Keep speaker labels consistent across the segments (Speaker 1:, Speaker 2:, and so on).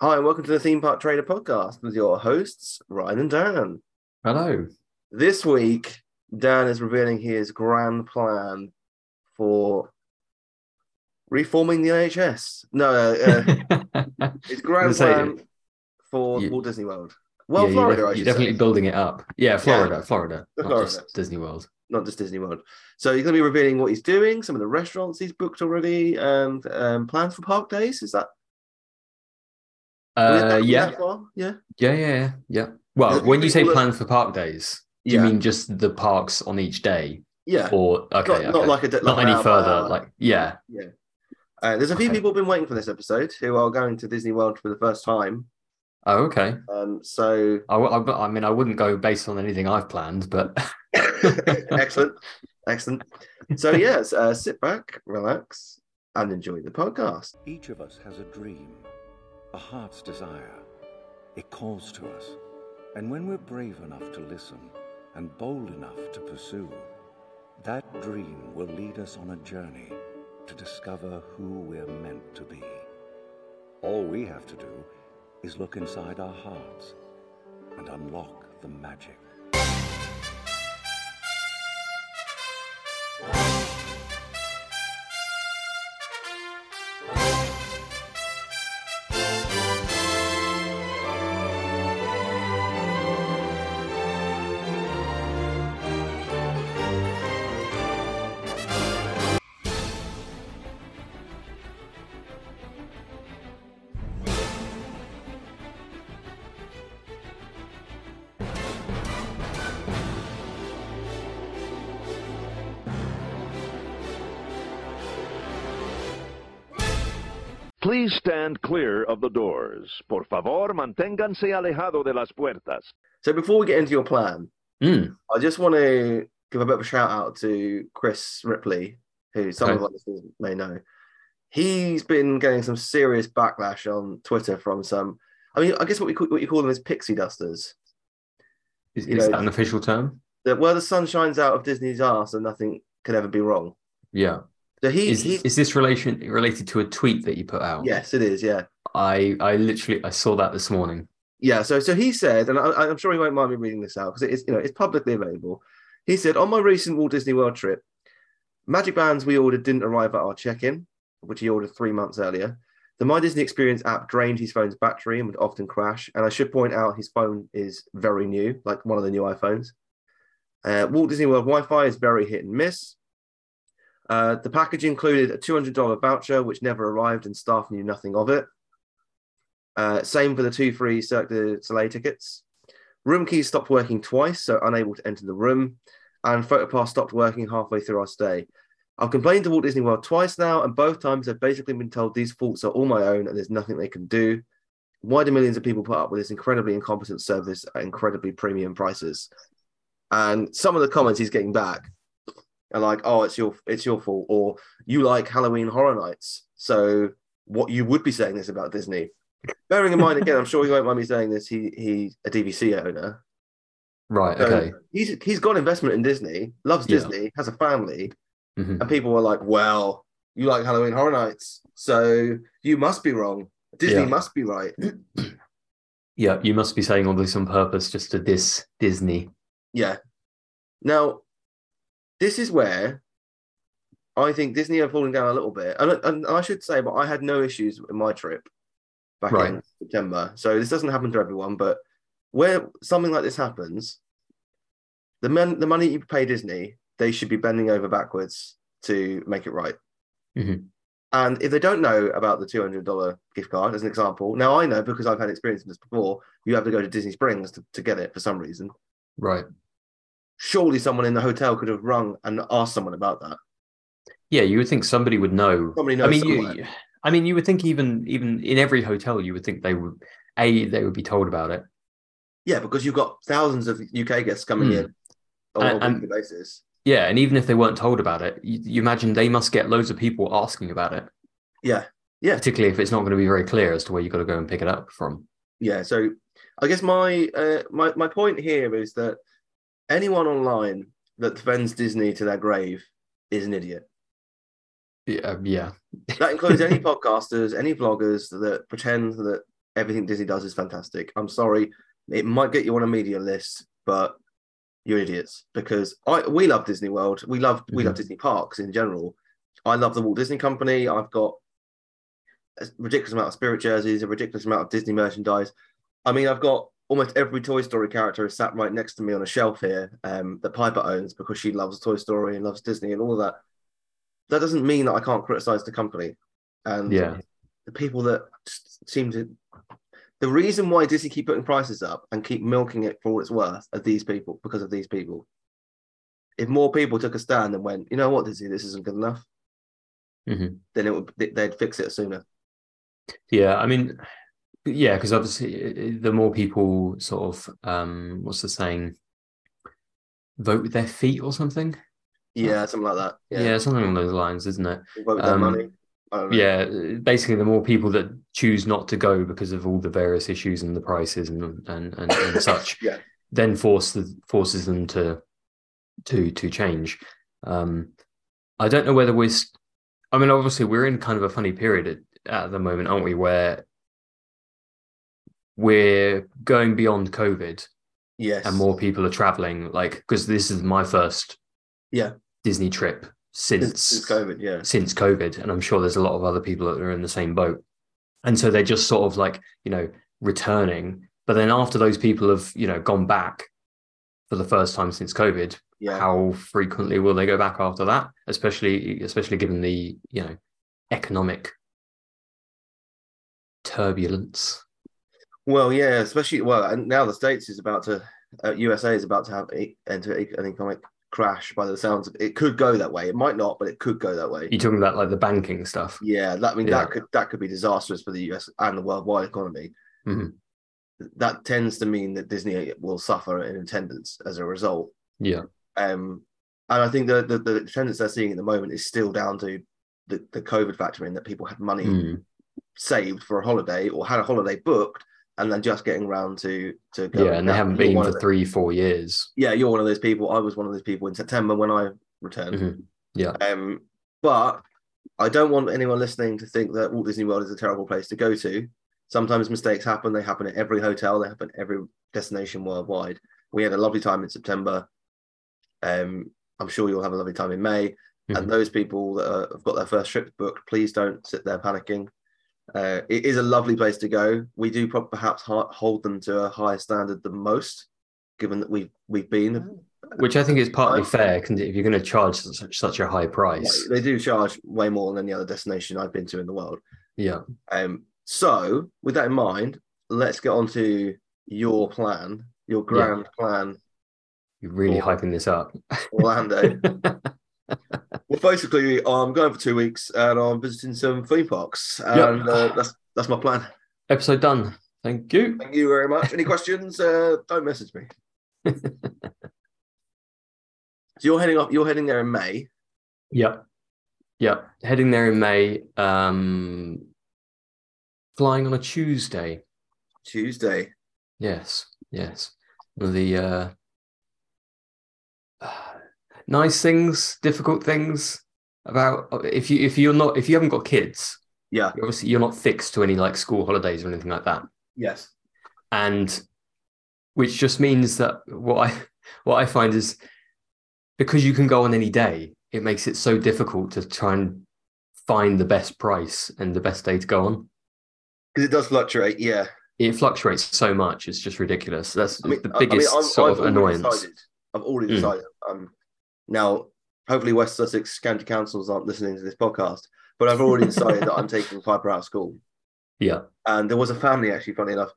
Speaker 1: Hi, and welcome to the Theme Park Trader podcast with your hosts, Ryan and Dan.
Speaker 2: Hello.
Speaker 1: This week, Dan is revealing his grand plan for reforming the NHS. No, uh, uh, his grand
Speaker 2: Say it.
Speaker 1: plan for
Speaker 2: You-
Speaker 1: Walt Disney World. Well,
Speaker 2: Yeah, you're
Speaker 1: Florida,
Speaker 2: def-
Speaker 1: I
Speaker 2: you're
Speaker 1: should
Speaker 2: definitely
Speaker 1: say.
Speaker 2: building it up. Yeah, Florida, Florida, not
Speaker 1: Florida.
Speaker 2: just Disney World.
Speaker 1: not just Disney World. So he's going to be revealing what he's doing, some of the restaurants he's booked already, and um, plans for park days. Is that?
Speaker 2: Uh,
Speaker 1: that-
Speaker 2: yeah,
Speaker 1: that far? yeah.
Speaker 2: yeah, yeah, yeah, yeah. Well,
Speaker 1: Because
Speaker 2: when you say
Speaker 1: people are-
Speaker 2: plans for park days, do
Speaker 1: Yeah.
Speaker 2: you mean just the parks on each day,
Speaker 1: Yeah.
Speaker 2: or okay,
Speaker 1: not, not
Speaker 2: okay.
Speaker 1: like a uh, de-
Speaker 2: Not
Speaker 1: like an
Speaker 2: any
Speaker 1: hour by
Speaker 2: further?
Speaker 1: hour.
Speaker 2: Like, yeah,
Speaker 1: Uh, there's a few
Speaker 2: Okay.
Speaker 1: people been waiting for this episode who are going to Disney World for the first time.
Speaker 2: oh, okay.
Speaker 1: Um, so
Speaker 2: I, w- I w- I mean, I wouldn't go based on anything I've planned, but
Speaker 1: excellent, excellent. So yes, uh, sit back, relax, and enjoy the podcast.
Speaker 3: Each of us has a dream, a heart's desire. It calls to us. And when we're brave enough to listen and bold enough to pursue, that dream will lead us on a journey to discover who we're meant to be. All we have to do is look inside our hearts and unlock the magic.
Speaker 4: Please stand clear of the doors. Por favor, manténganse alejado de las puertas.
Speaker 1: So before we get into your plan,
Speaker 2: Mm,
Speaker 1: I just want to give a bit of a shout out to Chris Ripley, who some
Speaker 2: Okay.
Speaker 1: of our listeners may know. He's been getting some serious backlash on Twitter from some. I mean, I guess what we call, what you call them is pixie dusters.
Speaker 2: is,
Speaker 1: You
Speaker 2: is
Speaker 1: know-
Speaker 2: that an official term?
Speaker 1: That where the sun shines out of Disney's arse and nothing can ever be wrong.
Speaker 2: Yeah.
Speaker 1: So he,
Speaker 2: Is
Speaker 1: he
Speaker 2: is this relation related to a tweet that you put out?
Speaker 1: yes, it is. Yeah,
Speaker 2: I I literally I saw that this morning.
Speaker 1: yeah. So so he said, and I, I'm sure he won't mind me reading this out because it's you know it's publicly available. He said on my recent Walt Disney World trip, Magic Bands we ordered didn't arrive at our check-in, which he ordered three months earlier. The My Disney Experience app drained his phone's battery and would often crash. And I should point out his phone is very new, like one of the new iPhones. Uh, Walt Disney World Wi-Fi is very hit and miss. Uh, the package included a $200 voucher, which never arrived, and staff knew nothing of it. Uh, same for the two free Cirque du Soleil tickets. Room keys stopped working twice, so unable to enter the room. And PhotoPass stopped working halfway through our stay. I've complained to Walt Disney World twice now, and both times I've basically been told these faults are all my own and there's nothing they can do. Why do millions of people put up with this incredibly incompetent service at incredibly premium prices? And some of the comments he's getting back are like, "Oh, it's your it's your fault," or "You like Halloween Horror Nights, so what you would be saying this about Disney." Bearing in mind, again, I'm sure he won't mind me saying this. He he's a DVC owner,
Speaker 2: Right.
Speaker 1: so
Speaker 2: Okay.
Speaker 1: he's he's got investment in Disney, loves
Speaker 2: Yeah.
Speaker 1: Disney, has a family,
Speaker 2: Mhm.
Speaker 1: and people were like, "Well, you like Halloween Horror Nights, so you must be wrong. Disney
Speaker 2: Yeah.
Speaker 1: must be right."
Speaker 2: Yeah, you must be saying all this on purpose just to diss Disney.
Speaker 1: Yeah. Now, this is where I think Disney are falling down a little bit, and, and I should say, but I had no issues in my trip back in
Speaker 2: Right.
Speaker 1: September. So this doesn't happen to everyone, but where something like this happens, the men, the money you pay Disney, they should be bending over backwards to make it right.
Speaker 2: Mhm.
Speaker 1: And if they don't know about the two hundred dollar gift card, as an example, now I know because I've had experience in this before. You have to go to Disney Springs to, to get it for some reason
Speaker 2: Right.
Speaker 1: surely someone in the hotel could have rung and asked someone about that.
Speaker 2: Yeah, you would think somebody would know.
Speaker 1: Somebody knows
Speaker 2: I mean,
Speaker 1: somewhere.
Speaker 2: you, I mean, you would think even even in every hotel, you would think they would a they would be told about it.
Speaker 1: yeah, because you've got thousands of UK guests coming
Speaker 2: Hmm.
Speaker 1: in on
Speaker 2: And-
Speaker 1: a
Speaker 2: and-
Speaker 1: weekly basis.
Speaker 2: Yeah, and even if they weren't told about it, you, you imagine they must get loads of people asking about it,
Speaker 1: Yeah, yeah,
Speaker 2: particularly if it's not going to be very clear as to where you got to go and pick it up from.
Speaker 1: yeah. So I guess my uh, my my point here is that anyone online that defends Disney to their grave is an idiot.
Speaker 2: Yeah, yeah,
Speaker 1: That includes any podcasters, any bloggers that pretend that everything Disney does is fantastic. I'm sorry, it might get you on a media list, but you're idiots because I we love Disney World. We love we love
Speaker 2: Mhm.
Speaker 1: Disney parks in general. I love the Walt Disney Company. I've got a ridiculous amount of Spirit jerseys, a ridiculous amount of Disney merchandise. I mean, I've got almost every Toy Story character is sat right next to me on a shelf here um, that Piper owns because she loves Toy Story and loves Disney and all of that. That doesn't mean that I can't criticize the company and
Speaker 2: Yeah.
Speaker 1: the people that just seem to. The reason why Disney keep putting prices up and keep milking it for all it's worth are these people because of these people. If more people took a stand and went, you know what, Disney, this isn't good enough,
Speaker 2: Mhm.
Speaker 1: then it would they'd fix it sooner.
Speaker 2: Yeah, I mean, yeah, because obviously uh, the more people sort of um, what's the saying, vote with their feet or something.
Speaker 1: Yeah, something like that.
Speaker 2: Yeah,
Speaker 1: Yeah,
Speaker 2: something along those lines, isn't it?
Speaker 1: Vote with their
Speaker 2: Um,
Speaker 1: money. I don't know.
Speaker 2: Yeah, basically, the more people that choose not to go because of all the various issues and the prices and and and, and such,
Speaker 1: Yeah.
Speaker 2: then force the, forces them to to to change. Um, I don't know whether we're. s- I mean, obviously, we're in kind of a funny period at, at the moment, aren't we? Where we're going beyond COVID
Speaker 1: yes,
Speaker 2: and more people are traveling. Like, because this is my first
Speaker 1: Yeah.
Speaker 2: Disney trip
Speaker 1: since, since COVID. Yeah,
Speaker 2: since COVID, and I'm sure there's a lot of other people that are in the same boat. And so they're just sort of like, you know, returning. But then after those people have, you know, gone back for the first time since COVID,
Speaker 1: yeah,
Speaker 2: how frequently will they go back after that? Especially, especially given the, you know, economic turbulence.
Speaker 1: Well, yeah, especially well, and now the states is about to, uh, USA is about to have e- enter e- an economic crash. By the sounds of it, could go that way. It might not, but it could go that way.
Speaker 2: You're talking about like the banking stuff.
Speaker 1: Yeah, that I mean
Speaker 2: Yeah.
Speaker 1: that could that could be disastrous for the US and the worldwide economy.
Speaker 2: Mhm.
Speaker 1: That tends to mean that Disney will suffer in attendance as a result.
Speaker 2: Yeah.
Speaker 1: Um, and I think the, the the attendance they're seeing at the moment is still down to the, the COVID factor in that people had money
Speaker 2: Mm.
Speaker 1: saved for a holiday or had a holiday booked and then just getting around to to go.
Speaker 2: Yeah. And they haven't
Speaker 1: You're
Speaker 2: been
Speaker 1: one of
Speaker 2: for
Speaker 1: the-
Speaker 2: three, four years.
Speaker 1: yeah, you're one of those people. I was one of those people in September when I returned.
Speaker 2: Mhm. Yeah.
Speaker 1: Um, but I don't want anyone listening to think that Walt Disney World is a terrible place to go to. Sometimes mistakes happen. They happen at every hotel. They happen at every destination worldwide. We had a lovely time in September. Um, I'm sure you'll have a lovely time in May.
Speaker 2: Mhm.
Speaker 1: And those people that uh, have got their first trips booked, please don't sit there panicking. Uh, it is a lovely place to go. We do prob- perhaps ha- hold them to a higher standard than most, given that we've we've been
Speaker 2: Which I think is partly
Speaker 1: I-
Speaker 2: fair, 'cause if you're going to charge such, such a high price.
Speaker 1: They do charge way more than any other destination I've been to in the world.
Speaker 2: Yeah.
Speaker 1: Um, so, with that in mind, let's get on to your plan, your grand plan,
Speaker 2: You're really
Speaker 1: Or-
Speaker 2: hyping this up.
Speaker 1: Orlando. well, basically, I'm going for two weeks and I'm visiting some theme parks, and uh, that's that's my plan.
Speaker 2: Episode done. Thank you.
Speaker 1: Thank you very much. Any questions? Uh, don't message me. so you're heading up. You're heading there in May.
Speaker 2: Yep. Yep. Heading there in May. Um, flying on a Tuesday.
Speaker 1: Tuesday.
Speaker 2: Yes. Yes. One of the uh, nice things, difficult things about if you if you're not if you haven't got kids,
Speaker 1: Yeah.
Speaker 2: obviously you're not fixed to any like school holidays or anything like that.
Speaker 1: Yes.
Speaker 2: and which just means that what I what I find is because you can go on any day, it makes it so difficult to try and find the best price and the best day to go on.
Speaker 1: Because it does fluctuate. Yeah.
Speaker 2: It fluccuates so much; it's just ridiculous. That's
Speaker 1: I mean,
Speaker 2: the
Speaker 1: I- I mean,
Speaker 2: biggest
Speaker 1: I've-
Speaker 2: sort
Speaker 1: I've
Speaker 2: of
Speaker 1: already
Speaker 2: annoyance.
Speaker 1: decided- I've already
Speaker 2: Mm.
Speaker 1: decided. Um, now, hopefully, West Sussex County Councils aren't listening to this podcast, but I've already decided that I'm taking Piper out of school.
Speaker 2: Yeah.
Speaker 1: And there was a family, actually, funny enough,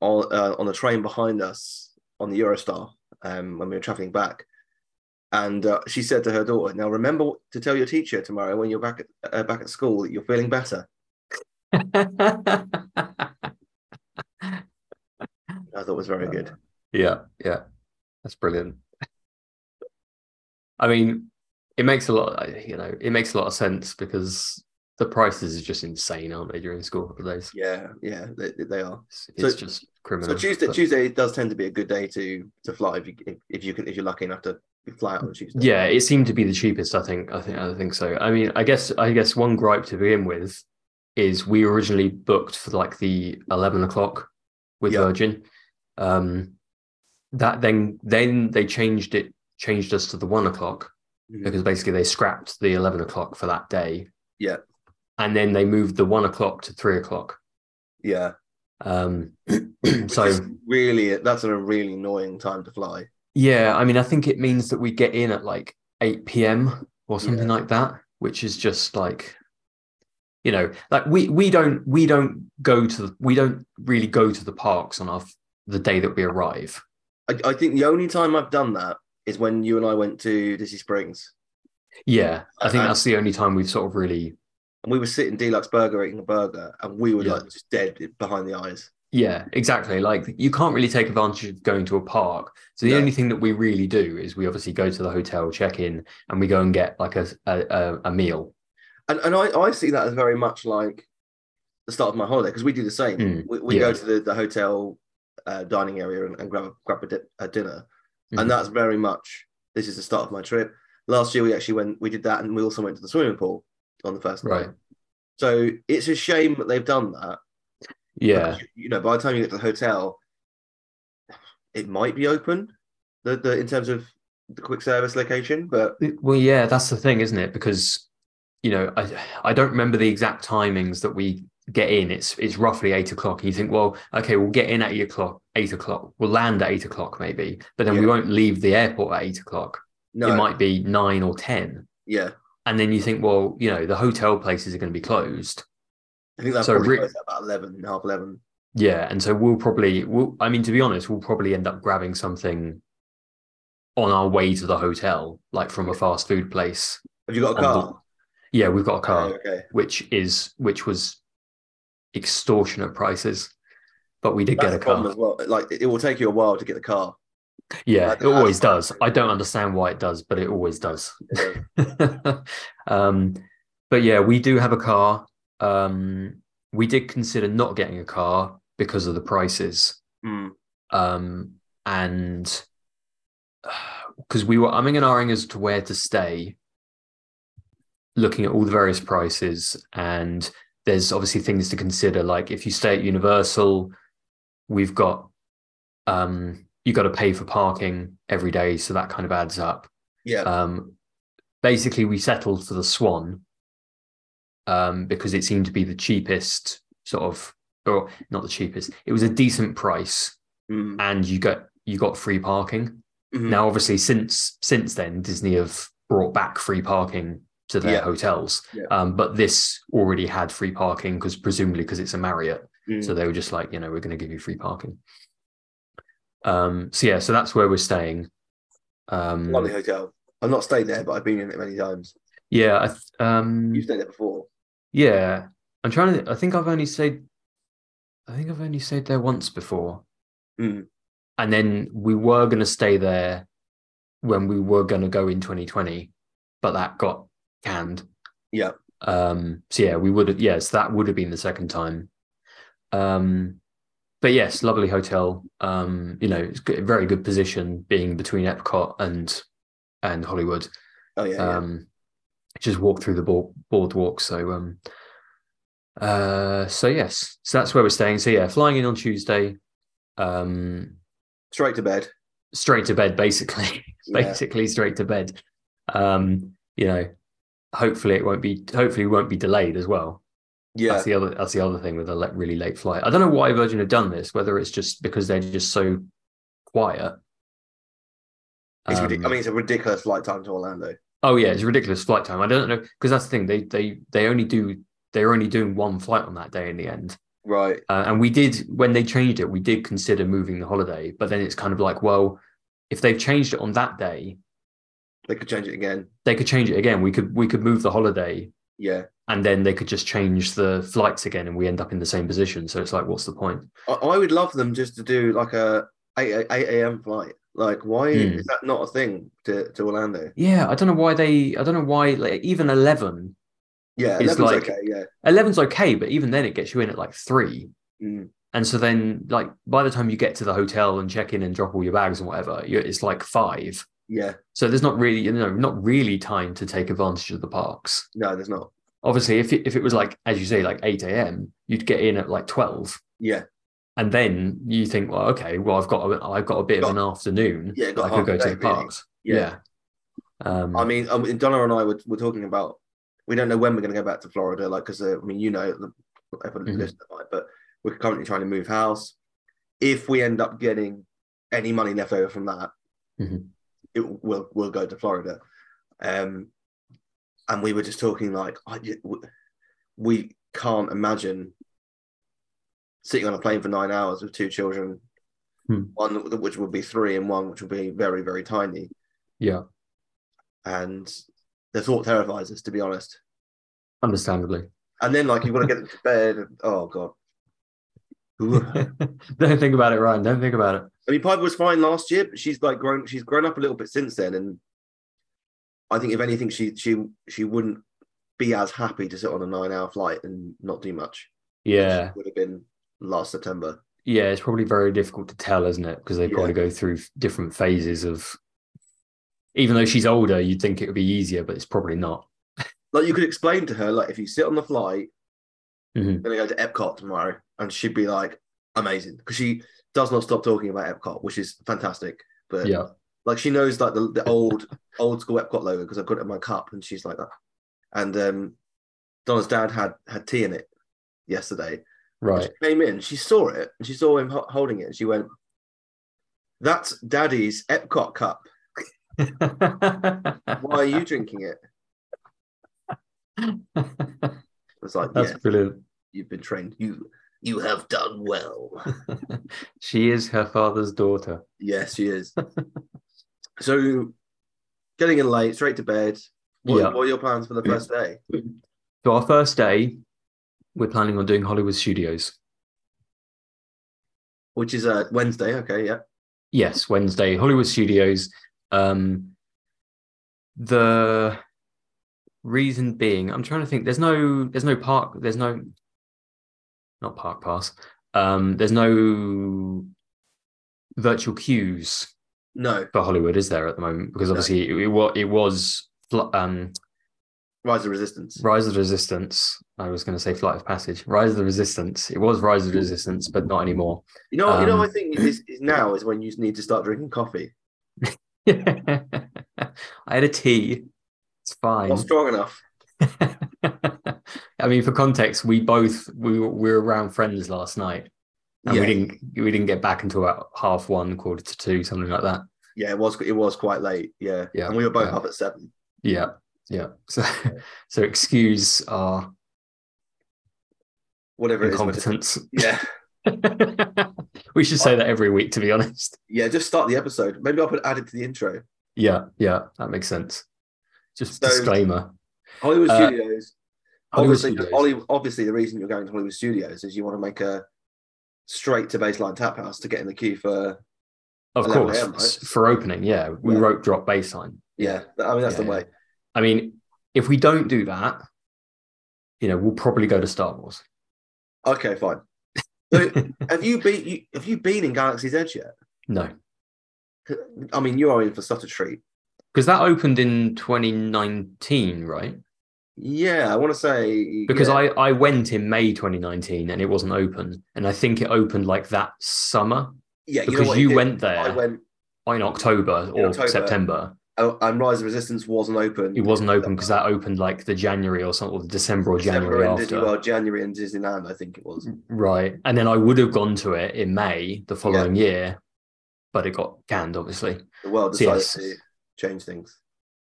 Speaker 1: on uh, on the train behind us on the Eurostar um, when we were traveling back. And uh, she said to her daughter, "Now remember to tell your teacher tomorrow when you're back at, uh, back at school that you're feeling better." I thought it was very good.
Speaker 2: yeah, yeah, that's brilliant. I mean, it makes a lot. You know, it makes a lot of sense because the prices are just insane, aren't they? During school holidays.
Speaker 1: Yeah, yeah, they, they are.
Speaker 2: It's,
Speaker 1: So-
Speaker 2: it's just criminal.
Speaker 1: So Tuesday,
Speaker 2: but-
Speaker 1: Tuesday does tend to be a good day to to fly if you if, if you can if you're lucky enough to fly out on Tuesday.
Speaker 2: Yeah, it seemed to be the cheapest. I think. I think. I think so. I mean, I guess. I guess one gripe to begin with is we originally booked for like the 11 o'clock with
Speaker 1: Yeah.
Speaker 2: Virgin. Um, that then then they changed it, changed us to the one o'clock
Speaker 1: Mm.
Speaker 2: because basically they scrapped the 11 o'clock for that day.
Speaker 1: Yeah.
Speaker 2: And then they moved the one o'clock to three o'clock.
Speaker 1: Yeah.
Speaker 2: Um,
Speaker 1: Which
Speaker 2: so,
Speaker 1: is really, that's a really annoying time to fly.
Speaker 2: yeah, I mean, I think it means that we get in at like 8 p.m. or something like that, which is just like, you know, like we we don't we don't go to the, we don't really go to the parks on our f- the day that we arrive.
Speaker 1: I, I think the only time I've done that is when you and I went to Disney Springs
Speaker 2: Yeah, I think
Speaker 1: Uh,
Speaker 2: that's the only time we've sort of really
Speaker 1: and we were sitting Deluxe Burger eating a burger and we were
Speaker 2: Yeah.
Speaker 1: like just dead behind the eyes.
Speaker 2: Yeah, exactly. Like you can't really take advantage of going to a park. So the
Speaker 1: No.
Speaker 2: only thing that we really do is we obviously go to the hotel, check in, and we go and get like a a, a, a meal.
Speaker 1: And, and I, I see that as very much like the start of my holiday because we do the same.
Speaker 2: Mm,
Speaker 1: we we
Speaker 2: yeah.
Speaker 1: go to the, the hotel uh, dining area and, and grab, a, grab a, di- a dinner.
Speaker 2: Mhm.
Speaker 1: And that's very much, this is the start of my trip. Last year we actually went, we did that and we also went to the swimming pool on the first
Speaker 2: Right.
Speaker 1: night. So it's a shame that they've done that.
Speaker 2: Yeah.
Speaker 1: You- You know, by the time you get to the hotel, it might be open the, the in terms of the quick service location, but
Speaker 2: Well, yeah, that's the thing, isn't it? Because you know, I I don't remember the exact timings that we get in. It's it's roughly eight o'clock. And you think, well, okay, we'll get in at eight o'clock. Eight o'clock. We'll land at eight o'clock maybe, but then we
Speaker 1: Yeah.
Speaker 2: won't leave the airport at eight o'clock.
Speaker 1: no.
Speaker 2: It might be nine or ten.
Speaker 1: yeah.
Speaker 2: And then you think, well, you know, the hotel places are going to be closed.
Speaker 1: I think that's
Speaker 2: So
Speaker 1: probably
Speaker 2: re-
Speaker 1: close at about 11, half 11.
Speaker 2: Yeah, and so we'll probably we'll I mean to be honest, we'll probably end up grabbing something on our way to the hotel, like from a fast food place.
Speaker 1: Have you got a
Speaker 2: And
Speaker 1: car?
Speaker 2: the- yeah, we've got a car,
Speaker 1: Oh, okay.
Speaker 2: which is which was extortionate prices, but we did
Speaker 1: That's
Speaker 2: get a
Speaker 1: the problem
Speaker 2: car.
Speaker 1: as well. Like it, it will take you a while to get the car.
Speaker 2: Yeah,
Speaker 1: That-
Speaker 2: it always
Speaker 1: that's-
Speaker 2: does. I don't understand why it does, but it always does.
Speaker 1: Yeah.
Speaker 2: um, but yeah, we do have a car. Um, we did consider not getting a car because of the prices.
Speaker 1: Hmm.
Speaker 2: um, and because we were umming and ahhing as to where to stay, looking at all the various prices, and there's obviously things to consider. Like if you stay at Universal, we've got um, you got to pay for parking every day, so that kind of adds up.
Speaker 1: Yeah.
Speaker 2: Um, basically, we settled for the Swan um, because it seemed to be the cheapest sort of, or not the cheapest. It was a decent price
Speaker 1: Hmm.
Speaker 2: and you got you got free parking.
Speaker 1: Mhm.
Speaker 2: Now, obviously, since since then, Disney have brought back free parking to their
Speaker 1: Yeah.
Speaker 2: hotels.
Speaker 1: Yeah.
Speaker 2: Um, but this already had free parking because presumably because it's a Marriott,
Speaker 1: Hmm.
Speaker 2: so they were just like, you know, we're going to give you free parking. Um, so yeah, so that's where we're staying. Um,
Speaker 1: Lovely hotel. I've not stayed there, but I've been in it many times.
Speaker 2: yeah, I th- um,
Speaker 1: You've stayed there before.
Speaker 2: yeah. I'm trying to. I think I've only stayed. I think I've only stayed there once before.
Speaker 1: Hmm.
Speaker 2: and then we were going to stay there when we were going to go in 2020 but that got canned
Speaker 1: Yeah.
Speaker 2: um so yeah we would have yes that would have been the second time um but yes lovely hotel um you know it's good, very good position being between epcot and and hollywood
Speaker 1: Oh yeah. yeah.
Speaker 2: um just walk through the board, boardwalk so um uh so yes so that's where we're staying so yeah flying in on tuesday um
Speaker 1: Straight to bed.
Speaker 2: straight to bed basically
Speaker 1: Yeah.
Speaker 2: basically straight to bed um you know hopefully it won't be hopefully it won't be delayed as well
Speaker 1: Yeah.
Speaker 2: that's the other that's the other thing with a le- really late flight i don't know why virgin have done this whether it's just because they're just so quiet
Speaker 1: It's ridic- I
Speaker 2: Um,
Speaker 1: mean, it's a ridiculous flight time to Orlando.
Speaker 2: oh yeah it's ridiculous flight time i don't know because that's the thing they they they only do they're only doing one flight on that day in the end
Speaker 1: Right.
Speaker 2: uh, and we did, when they changed it, we did consider moving the holiday, but then it's kind of like, well, if they've changed it on that day,
Speaker 1: They could change it again.
Speaker 2: they could change it again. We could we could move the holiday,
Speaker 1: Yeah.
Speaker 2: and then they could just change the flights again, and we end up in the same position. So it's like, what's the point?
Speaker 1: I, I would love them just to do like a 8, 8 a.m. flight. Like, why
Speaker 2: Hmm.
Speaker 1: is that not a thing to, to Orlando?
Speaker 2: Yeah, I don't know why they. I don't know why like, even eleven.
Speaker 1: Yeah.
Speaker 2: It's
Speaker 1: 11's
Speaker 2: like-
Speaker 1: okay. Yeah.
Speaker 2: 11's okay, but even then it gets you in at like three.
Speaker 1: Mm.
Speaker 2: And so then, like by the time you get to the hotel and check in and drop all your bags and whatever, you it's like five.
Speaker 1: Yeah.
Speaker 2: So there's not really, you know, not really time to take advantage of the parks.
Speaker 1: No, there's not.
Speaker 2: Obviously, if it, if it was like as you say, like eight a.m., you'd get in at like twelve,
Speaker 1: Yeah,
Speaker 2: and then you think, well, okay, well, I've got a, I've got a bit of
Speaker 1: Got-
Speaker 2: an afternoon.
Speaker 1: yeah,
Speaker 2: that
Speaker 1: got
Speaker 2: I could
Speaker 1: half
Speaker 2: go
Speaker 1: a
Speaker 2: to
Speaker 1: day,
Speaker 2: the
Speaker 1: really.
Speaker 2: parks.
Speaker 1: Yeah.
Speaker 2: Um,
Speaker 1: I mean, I mean, Donna and I were, were talking about we don't know when we're going to go back to Florida, like because uh, I mean, you know, the, everyone
Speaker 2: Mhm.
Speaker 1: listening might, but we're currently trying to move house. If we end up getting any money left over from that,
Speaker 2: Mhm.
Speaker 1: it will will go to Florida. Um, and we were just talking like I, we can't imagine sitting on a plane for nine hours with two children,
Speaker 2: Hmm.
Speaker 1: one which will be three and one which will be very very tiny
Speaker 2: yeah,
Speaker 1: and the thought terrifies us to be honest.
Speaker 2: understandably.
Speaker 1: And then like you want to get them to bed. And, oh god. I
Speaker 2: Don't think about it, Ryan. Don't think about it.
Speaker 1: mean, Piper was fine last year, but she's like grown. She's grown up a little bit since then, and I think if anything, she she she wouldn't be as happy to sit on a nine-hour flight and not do much.
Speaker 2: Yeah,
Speaker 1: She would have been last September.
Speaker 2: yeah, it's probably very difficult to tell, isn't it? Because they've got
Speaker 1: Yeah.
Speaker 2: to go through different phases of. Even though she's older, you'd think it would be easier, but it's probably not.
Speaker 1: Like you could explain to her, like if you sit on the flight,
Speaker 2: Mhm.
Speaker 1: we're gonna go to Epcot tomorrow, and she'd be like, amazing, because she does not stop talking about Epcot, which is fantastic. But
Speaker 2: Yeah,
Speaker 1: like she knows like the, the old old school Epcot logo because I've got it in my cup and she's like that. And um Donna's dad had had tea in it yesterday. And
Speaker 2: right.
Speaker 1: She came in, she saw it, and she saw him ho- holding it, and she went, "That's Daddy's Epcot cup. Why are you drinking it?"
Speaker 2: That's
Speaker 1: I was like, "Yeah,
Speaker 2: brilliant.
Speaker 1: you've been trained. You you have done well."
Speaker 2: she is her father's daughter.
Speaker 1: yes, she is. so, getting in late, straight to bed. What,
Speaker 2: Yeah.
Speaker 1: what are your plans for the first day?
Speaker 2: So our first day, we're planning on doing Hollywood Studios.
Speaker 1: Which is uh, Wednesday. Okay, yeah.
Speaker 2: yes wednesday hollywood studios um the reason being i'm trying to think there's no there's no park there's no not park pass um there's no virtual queues
Speaker 1: No,
Speaker 2: for hollywood is there at the moment because
Speaker 1: No.
Speaker 2: obviously it, it, wa- it was fl- um
Speaker 1: Rise of Resistance.
Speaker 2: rise of the resistance i was going to say flight of passage rise of the resistance it was rise of the resistance but not anymore
Speaker 1: You know, you know,
Speaker 2: Um,
Speaker 1: I think is, is now is when you need to start drinking coffee.
Speaker 2: i had a tea it's fine
Speaker 1: Not strong enough.
Speaker 2: I mean, for context, we both we were, we were around friends last night, and
Speaker 1: Yeah,
Speaker 2: we didn't we didn't get back until about half one, quarter to two, something like that.
Speaker 1: yeah, it was it was quite late. Yeah,
Speaker 2: Yeah,
Speaker 1: and we were both
Speaker 2: yeah.
Speaker 1: up at seven.
Speaker 2: Yeah, yeah. So, so excuse our
Speaker 1: Whatever it is. when it's-
Speaker 2: incompetence.
Speaker 1: Yeah,
Speaker 2: we should say that every week, to be honest.
Speaker 1: yeah. Just start the episode. Maybe I'll put add it to the intro.
Speaker 2: Yeah, yeah, that makes sense. Just
Speaker 1: So-
Speaker 2: disclaimer.
Speaker 1: Hollywood
Speaker 2: Uh,
Speaker 1: Studios.
Speaker 2: Hollywood
Speaker 1: obviously,
Speaker 2: Studios.
Speaker 1: Holly, obviously, the reason you're going to Hollywood Studios is you want to make a straight to baseline tap house to get in the queue for.
Speaker 2: of
Speaker 1: 11
Speaker 2: course,
Speaker 1: a.m., right?
Speaker 2: s- for opening. Yeah, we
Speaker 1: Yeah.
Speaker 2: rope drop baseline.
Speaker 1: Yeah, I mean that's
Speaker 2: Yeah,
Speaker 1: the way.
Speaker 2: I mean, if we don't do that, you know, we'll probably go to Star Wars.
Speaker 1: Okay, fine. So, have you been? You, have you been in Galaxy's Edge yet?
Speaker 2: No,
Speaker 1: I mean, you are in for such a treat.
Speaker 2: because that opened in 2019, right?
Speaker 1: Yeah, I want to say
Speaker 2: Because
Speaker 1: yeah.
Speaker 2: I I went in May 2019 and it wasn't open, and I think it opened like that summer
Speaker 1: yeah, know
Speaker 2: because
Speaker 1: what,
Speaker 2: you
Speaker 1: did.
Speaker 2: went there
Speaker 1: I went.
Speaker 2: in October or
Speaker 1: October.
Speaker 2: September.
Speaker 1: oh, And Rise of Resistance wasn't open.
Speaker 2: It wasn't open because that opened like the January or something, or the December or
Speaker 1: December
Speaker 2: January
Speaker 1: in
Speaker 2: after. Mm.
Speaker 1: Disney World, January in Disneyland, I think it was.
Speaker 2: Right. And then I would have gone to it in May the following year, but it got canned, obviously.
Speaker 1: The world decided
Speaker 2: Yes.
Speaker 1: to change things.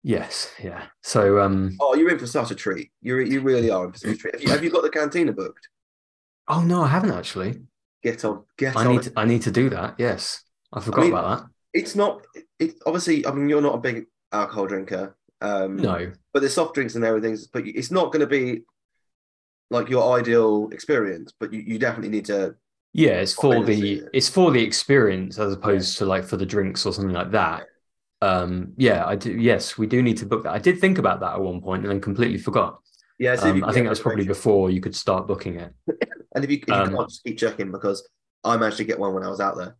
Speaker 2: Yes. Yeah. So, um,
Speaker 1: Oh, you're in for such a treat. You you really are in for such a treat. Have you, have you got the cantina booked?
Speaker 2: oh no, I haven't actually.
Speaker 1: Get on, get
Speaker 2: I
Speaker 1: on.
Speaker 2: need to, I need to do that. Yes. I forgot
Speaker 1: mean-
Speaker 2: about
Speaker 1: It's not. It obviously. I mean, you're not a big alcohol drinker. Um,
Speaker 2: that. No.
Speaker 1: But there's soft drinks and everything. But you- it's not going to be like your ideal experience. But you, you definitely need to.
Speaker 2: Yeah, it's
Speaker 1: Well,
Speaker 2: for
Speaker 1: maybe
Speaker 2: the
Speaker 1: it's-
Speaker 2: it's for the experience as opposed to like for the drinks or something like that. Um, yeah, I do. Yes, we do need to book that. I did think about that at one point and then completely forgot.
Speaker 1: Yeah, see if you
Speaker 2: Um,
Speaker 1: can
Speaker 2: I think
Speaker 1: get
Speaker 2: that was probably
Speaker 1: reservations.
Speaker 2: before you could start booking it.
Speaker 1: And if you, if you
Speaker 2: um,
Speaker 1: can't just keep checking because I managed to get one when I was out there.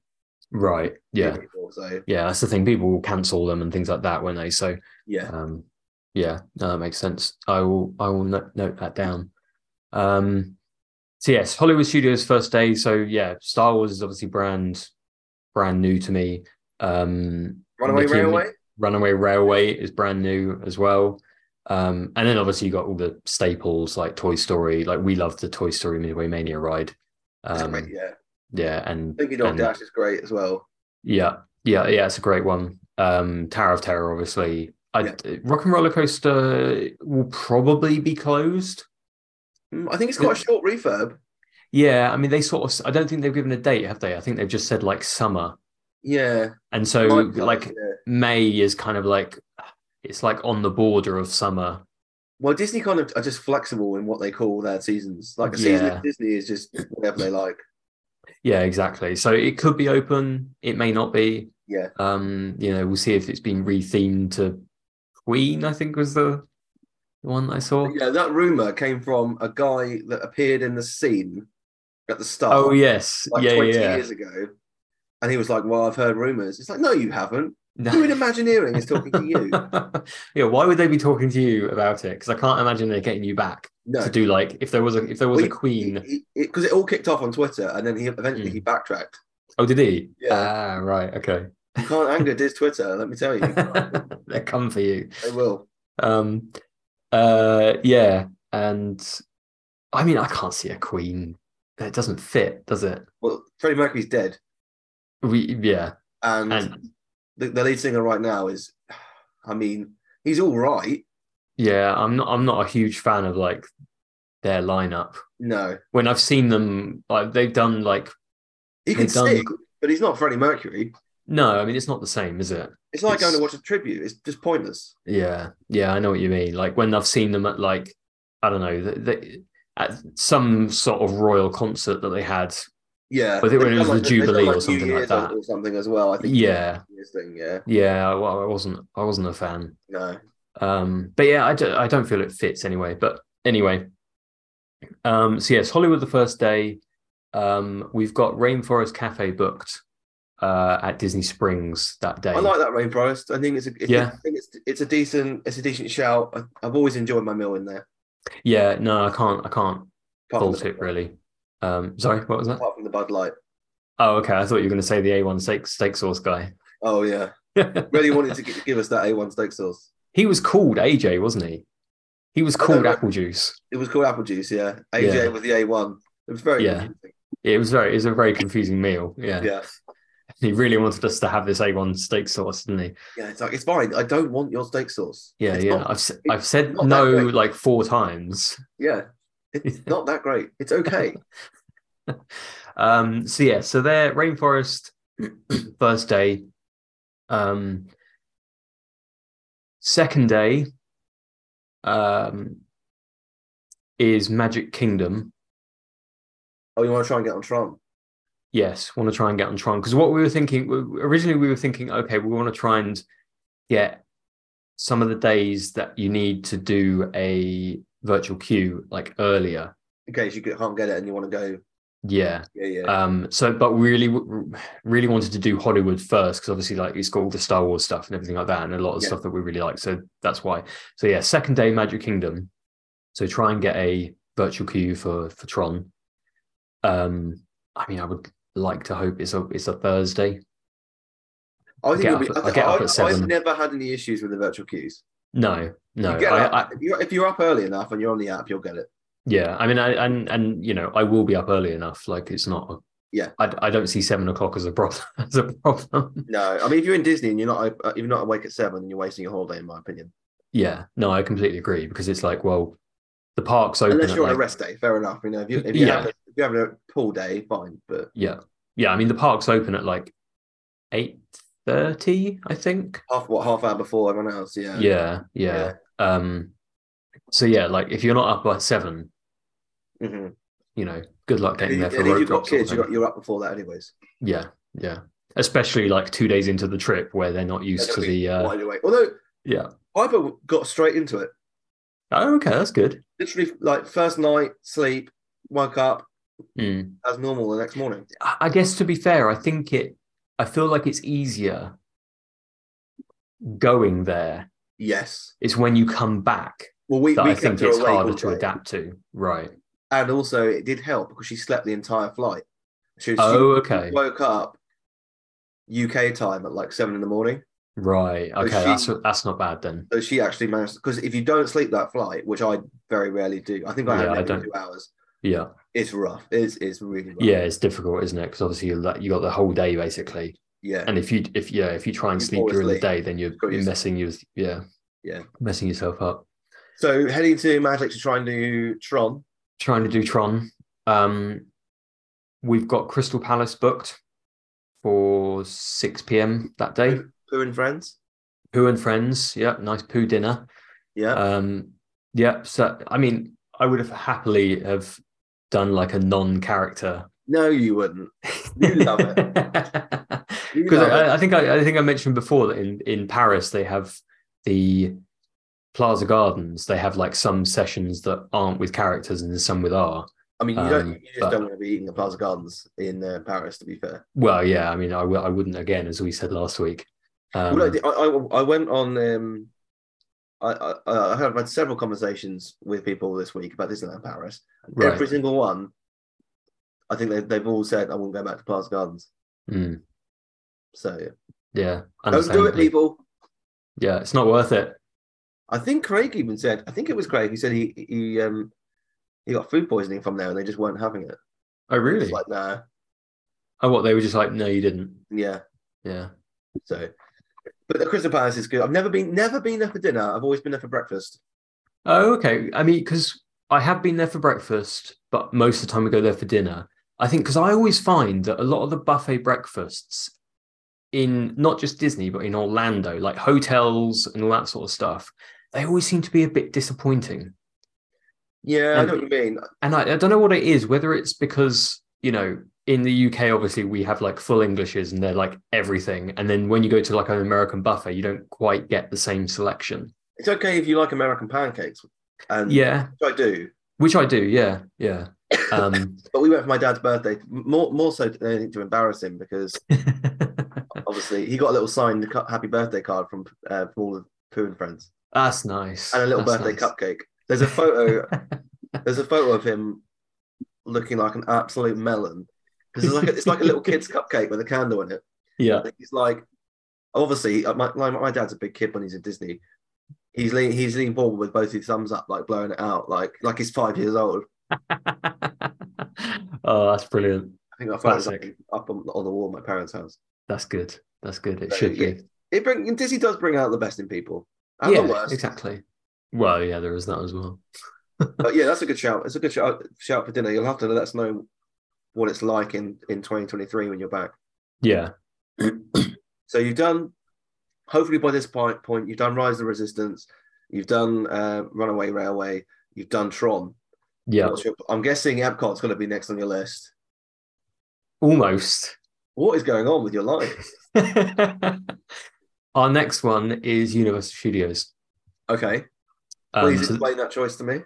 Speaker 2: Right. Yeah.
Speaker 1: People, so
Speaker 2: Yeah. That's the thing. People will cancel them and things like that, won't they? So
Speaker 1: yeah,
Speaker 2: um Yeah, no, that makes sense. I will I will note, note that down. Um, so yes, Hollywood Studios first day. So yeah, Star Wars is obviously brand brand new to me. Um,
Speaker 1: Runaway
Speaker 2: Mickey and Mi-
Speaker 1: Railway.
Speaker 2: Runaway Railway is brand new as well. Um, and then obviously you got all the staples like Toy Story. Like we love the Toy Story Midway Mania ride.
Speaker 1: It's
Speaker 2: Um,
Speaker 1: great, yeah.
Speaker 2: yeah, and
Speaker 1: Thinking Dog
Speaker 2: and-
Speaker 1: Dash is great as well.
Speaker 2: yeah, yeah, yeah. It's a great one. Um, Tower of Terror, obviously. I, Rock and Roller Coaster will probably be closed.
Speaker 1: Mm, I think it's quite a short refurb.
Speaker 2: Yeah, I mean they sort of. I don't think they've given a date, have they? I think they've just said like summer,
Speaker 1: Yeah.
Speaker 2: and so
Speaker 1: Might be
Speaker 2: like
Speaker 1: closed, yeah.
Speaker 2: May is kind of like it's like on the border of summer.
Speaker 1: Well, Disney kind of are just flexible in what they call their seasons. Like the season
Speaker 2: Yeah.
Speaker 1: at Disney is just whatever they like.
Speaker 2: Yeah, exactly. So it could be open. It may not be.
Speaker 1: Yeah.
Speaker 2: Um, you know, we'll see if it's been rethemed to Queen. I think was the the one I saw.
Speaker 1: Yeah, that rumor came from a guy that appeared in the scene at the start.
Speaker 2: Oh yes,
Speaker 1: like
Speaker 2: yeah,
Speaker 1: 20
Speaker 2: yeah.
Speaker 1: years ago. And he was like, Well, I've heard rumors. It's like, No, you haven't.
Speaker 2: No.
Speaker 1: Who in Imagineering is talking to you?
Speaker 2: yeah, why would they be talking to you about it? Because I can't imagine they're getting you back
Speaker 1: No.
Speaker 2: to do like if there was a if there was
Speaker 1: Well,
Speaker 2: a queen.
Speaker 1: Because it all kicked off on Twitter and then he eventually
Speaker 2: Mm.
Speaker 1: he backtracked.
Speaker 2: Oh, did he?
Speaker 1: Yeah.
Speaker 2: Ah, right. Okay.
Speaker 1: You can't anger Diz Twitter, let me tell you.
Speaker 2: they come for you.
Speaker 1: They will.
Speaker 2: Um. Uh. Yeah. And I mean, I can't see a queen. It doesn't fit, does it?
Speaker 1: Well, Freddie Mercury's dead.
Speaker 2: We. Yeah.
Speaker 1: And,
Speaker 2: And
Speaker 1: the, the lead singer right now is, I mean, he's all right.
Speaker 2: yeah, I'm not. I'm not a huge fan of like their lineup.
Speaker 1: No.
Speaker 2: When I've seen them, like they've done like
Speaker 1: He can
Speaker 2: They've done-
Speaker 1: sing, but he's not Freddie Mercury.
Speaker 2: no. I mean, it's not the same, is it?
Speaker 1: It's like
Speaker 2: It's-
Speaker 1: going to watch a tribute. It's just pointless.
Speaker 2: Yeah, yeah, I know what you mean. Like when I've seen them at like I don't know, the, the, at some sort of royal concert that they had.
Speaker 1: Yeah.
Speaker 2: I think when
Speaker 1: They've
Speaker 2: it was
Speaker 1: done
Speaker 2: the
Speaker 1: they've done
Speaker 2: Jubilee or
Speaker 1: New
Speaker 2: something like
Speaker 1: Year's
Speaker 2: that.
Speaker 1: Or something as well. I think.
Speaker 2: Yeah,
Speaker 1: New Year's thing, yeah.
Speaker 2: yeah, I, well, I wasn't, I wasn't a fan.
Speaker 1: No.
Speaker 2: Um, but yeah, I don't, I don't feel it fits anyway. But anyway, um, so yes, Hollywood the first day. Um, we've got Rainforest Cafe booked uh, at Disney Springs that day.
Speaker 1: I like that rainforest. I think it's a it's,
Speaker 2: Yeah.
Speaker 1: I think it's it's a decent it's a decent shout. I, I've always enjoyed my meal in there.
Speaker 2: Yeah, no, I can't, I can't
Speaker 1: Apart from,
Speaker 2: fault
Speaker 1: the,
Speaker 2: it really. Um, sorry, what was that?
Speaker 1: apart from the Bud Light.
Speaker 2: Oh, okay. I thought you were going to say the A1 steak steak sauce guy.
Speaker 1: Oh yeah, really wanted to gi- give us that A1 steak sauce.
Speaker 2: he was called AJ, wasn't he? He was
Speaker 1: don't
Speaker 2: called
Speaker 1: know.
Speaker 2: Apple Juice.
Speaker 1: It was called apple juice. Yeah, AJ
Speaker 2: Yeah.
Speaker 1: was the A1. It was very
Speaker 2: Yeah.
Speaker 1: confusing.
Speaker 2: It was very, it was a very confusing meal. Yeah.
Speaker 1: yeah,
Speaker 2: He really wanted us to have this A1 steak sauce, didn't he?
Speaker 1: yeah. It's like it's fine. I don't want your steak sauce.
Speaker 2: Yeah,
Speaker 1: It's
Speaker 2: yeah.
Speaker 1: not-
Speaker 2: I've s- I've said
Speaker 1: not that
Speaker 2: no
Speaker 1: great.
Speaker 2: like four times.
Speaker 1: yeah. It's not that great. It's okay.
Speaker 2: Um, so yeah, so there, rainforest first day. Um, second day um, is Magic Kingdom.
Speaker 1: Oh, you want to try and get on Tron?
Speaker 2: Yes, want to try and get on Tron because what we were thinking we- originally we were thinking, okay, we want to try and get some of the days that you need to do a virtual queue like earlier.
Speaker 1: In case you get- can't get it and you want to go.
Speaker 2: Yeah.
Speaker 1: Yeah, yeah.
Speaker 2: Um. So, but we really, w- really wanted to do Hollywood first because obviously, like, it's got all the Star Wars stuff and everything like that, and a lot of
Speaker 1: Yeah.
Speaker 2: stuff that we really like. So that's why. So yeah, second day Magic Kingdom. So try and get a virtual queue for for Tron. Um. I mean, I would like to hope it's a it's a Thursday.
Speaker 1: I think
Speaker 2: get
Speaker 1: it'll
Speaker 2: up
Speaker 1: be.
Speaker 2: at-
Speaker 1: I,
Speaker 2: I get up
Speaker 1: I,
Speaker 2: at seven.
Speaker 1: I've never had any issues with the virtual queues.
Speaker 2: No, no.
Speaker 1: you get
Speaker 2: I,
Speaker 1: up,
Speaker 2: I,
Speaker 1: if, you're, if you're up early enough and you're on the app, you'll get it.
Speaker 2: yeah, I mean, I and and you know, I will be up early enough. Like, it's not. A,
Speaker 1: Yeah.
Speaker 2: I, I don't see seven o'clock as a problem. As a problem.
Speaker 1: No, I mean if you're in Disney and you're not uh, you're not awake at seven, you're wasting your holiday, in my opinion.
Speaker 2: Yeah, no, I completely agree because it's like, well, the park's open.
Speaker 1: Unless
Speaker 2: at,
Speaker 1: you're on a
Speaker 2: like-
Speaker 1: rest day, fair enough. You know, if you if you
Speaker 2: Yeah.
Speaker 1: have a, if you're having a pool day, fine. But
Speaker 2: Yeah, yeah. I mean, the park's open at like eight thirty, I think.
Speaker 1: half what half hour before everyone else, yeah,
Speaker 2: Yeah, yeah, Um, so yeah, like if you're not up by seven,
Speaker 1: hmm
Speaker 2: you know, good luck
Speaker 1: And
Speaker 2: getting there
Speaker 1: if
Speaker 2: for
Speaker 1: and if
Speaker 2: road
Speaker 1: you've got
Speaker 2: drop sort of
Speaker 1: kids, you're,
Speaker 2: thing.
Speaker 1: you're up before that, anyways.
Speaker 2: Yeah, yeah. Especially like two days into the trip where they're not used
Speaker 1: They're
Speaker 2: to
Speaker 1: gonna be
Speaker 2: the. Uh,
Speaker 1: wide awake. Although
Speaker 2: yeah.
Speaker 1: Piper got straight into it,
Speaker 2: Oh, okay, that's good.
Speaker 1: literally like first night sleep, woke up
Speaker 2: Mm.
Speaker 1: as normal the next morning.
Speaker 2: I I guess to be fair, I think it. I feel like it's easier going there
Speaker 1: Yes.
Speaker 2: It's when you come back
Speaker 1: Well, we,
Speaker 2: that
Speaker 1: we
Speaker 2: I
Speaker 1: kept
Speaker 2: think
Speaker 1: her
Speaker 2: it's
Speaker 1: awake
Speaker 2: harder
Speaker 1: all
Speaker 2: to
Speaker 1: day.
Speaker 2: adapt to. Right.
Speaker 1: And also, it did help because she slept the entire flight. She, she
Speaker 2: Oh, okay.
Speaker 1: woke up UK time at like seven in the morning.
Speaker 2: Right.
Speaker 1: So
Speaker 2: Okay.
Speaker 1: she-
Speaker 2: that's that's not bad then.
Speaker 1: So she actually managed because if you don't sleep that flight, which I very rarely do, I think I had
Speaker 2: Yeah, I
Speaker 1: maybe
Speaker 2: don't.
Speaker 1: two hours.
Speaker 2: Yeah.
Speaker 1: It's rough. It's it's really rough.
Speaker 2: Yeah. It's difficult, isn't it? Because obviously you you got the whole day basically,
Speaker 1: yeah.
Speaker 2: and if you if yeah if you try and
Speaker 1: You
Speaker 2: sleep
Speaker 1: fall
Speaker 2: during the
Speaker 1: asleep.
Speaker 2: day, then you're,
Speaker 1: Got
Speaker 2: you're
Speaker 1: yourself-
Speaker 2: messing you yeah
Speaker 1: Yeah.
Speaker 2: messing yourself up.
Speaker 1: So heading to Magic to try and do Tron.
Speaker 2: Trying to do Tron. Um, we've got Crystal Palace booked for six p.m. that day.
Speaker 1: Pooh and friends.
Speaker 2: Poo and friends. Yeah. Nice poo dinner.
Speaker 1: Yeah.
Speaker 2: Um, yeah. So, I mean, I would have happily have done like a non-character.
Speaker 1: no, you wouldn't. You love it. You
Speaker 2: Because
Speaker 1: love it.
Speaker 2: I, I think I, I think I mentioned before that in, in Paris they have the Plaza Gardens. They have like some sessions that aren't with characters and some with are.
Speaker 1: I mean, you don't.
Speaker 2: um,
Speaker 1: You just
Speaker 2: but-
Speaker 1: don't want to be eating the Plaza Gardens in uh, Paris, to be fair.
Speaker 2: Well, yeah. I mean, I w- I wouldn't again, as we said last week. Um,
Speaker 1: well, I, did- I, I- I went on. Um, I, I, I have had several conversations with people this week about Disneyland Paris. And
Speaker 2: Right.
Speaker 1: Every single one, I think they've, they've all said, I wouldn't go back to Plaza Gardens.
Speaker 2: mm,
Speaker 1: So
Speaker 2: yeah.
Speaker 1: don't do it,
Speaker 2: understandably.
Speaker 1: people.
Speaker 2: Yeah, it's not worth it.
Speaker 1: I think Craig even said, I think it was Craig who said he, he, um, he got food poisoning from there and they just weren't having it.
Speaker 2: Oh,
Speaker 1: It's
Speaker 2: really?
Speaker 1: like, nah,
Speaker 2: oh, what they were just like, no, you didn't.
Speaker 1: yeah.
Speaker 2: Yeah.
Speaker 1: So, but the Crystal Palace is good. I've never been, never been there for dinner. I've always been there for breakfast.
Speaker 2: Oh, okay. I mean, because I have been there for breakfast, but most of the time we go there for dinner. I think because I always find that a lot of the buffet breakfasts in not just Disney, but in Orlando, like hotels and all that sort of stuff, they always seem to be a bit disappointing.
Speaker 1: Yeah, I
Speaker 2: And-
Speaker 1: know what you mean.
Speaker 2: And I, I don't know what it is, whether it's because, you know, in the UK, obviously, we have like full Englishes and they're like everything. And then when you go to like an American buffet, you don't quite get the same selection.
Speaker 1: It's okay if you like American pancakes. And
Speaker 2: Yeah,
Speaker 1: which I do.
Speaker 2: which I do. Yeah, yeah. Um,
Speaker 1: But we went for my dad's birthday, more more so than anything to embarrass him because obviously he got a little signed cu- happy birthday card from uh, from all the Pooh and friends,
Speaker 2: That's nice.
Speaker 1: and a little
Speaker 2: That's
Speaker 1: birthday
Speaker 2: nice.
Speaker 1: cupcake. There's a photo. there's a photo of him looking like an absolute melon because it's like a, it's like a little kid's cupcake with a candle in it.
Speaker 2: Yeah.
Speaker 1: And he's like, obviously, uh, my, my my dad's a big kid when he's in Disney. He's leaning he's leaning forward with both his thumbs up, like blowing it out, like like he's five years old.
Speaker 2: oh, that's brilliant.
Speaker 1: I think I found
Speaker 2: Classic.
Speaker 1: something up on, on the wall at my parents' house.
Speaker 2: That's good. That's good. It
Speaker 1: Very
Speaker 2: should be.
Speaker 1: It bring, Disney does bring out the best in people. And the
Speaker 2: Yeah,
Speaker 1: worst.
Speaker 2: exactly. Well, yeah, there is that as well.
Speaker 1: But yeah, that's a good shout. It's a good shout, shout for dinner. You'll have to let us know what it's like in, in 2023 when you're back.
Speaker 2: Yeah.
Speaker 1: So you've done, hopefully by this point, point you've done Rise of the Resistance, you've done uh, Runaway Railway, you've done Tron.
Speaker 2: Yeah.
Speaker 1: What's your- I'm guessing Epcot's going to be next on your list.
Speaker 2: Almost.
Speaker 1: What is going on with your life?
Speaker 2: Our next one is Universal Studios.
Speaker 1: Okay,
Speaker 2: Um,
Speaker 1: please
Speaker 2: so-
Speaker 1: explain that choice to me.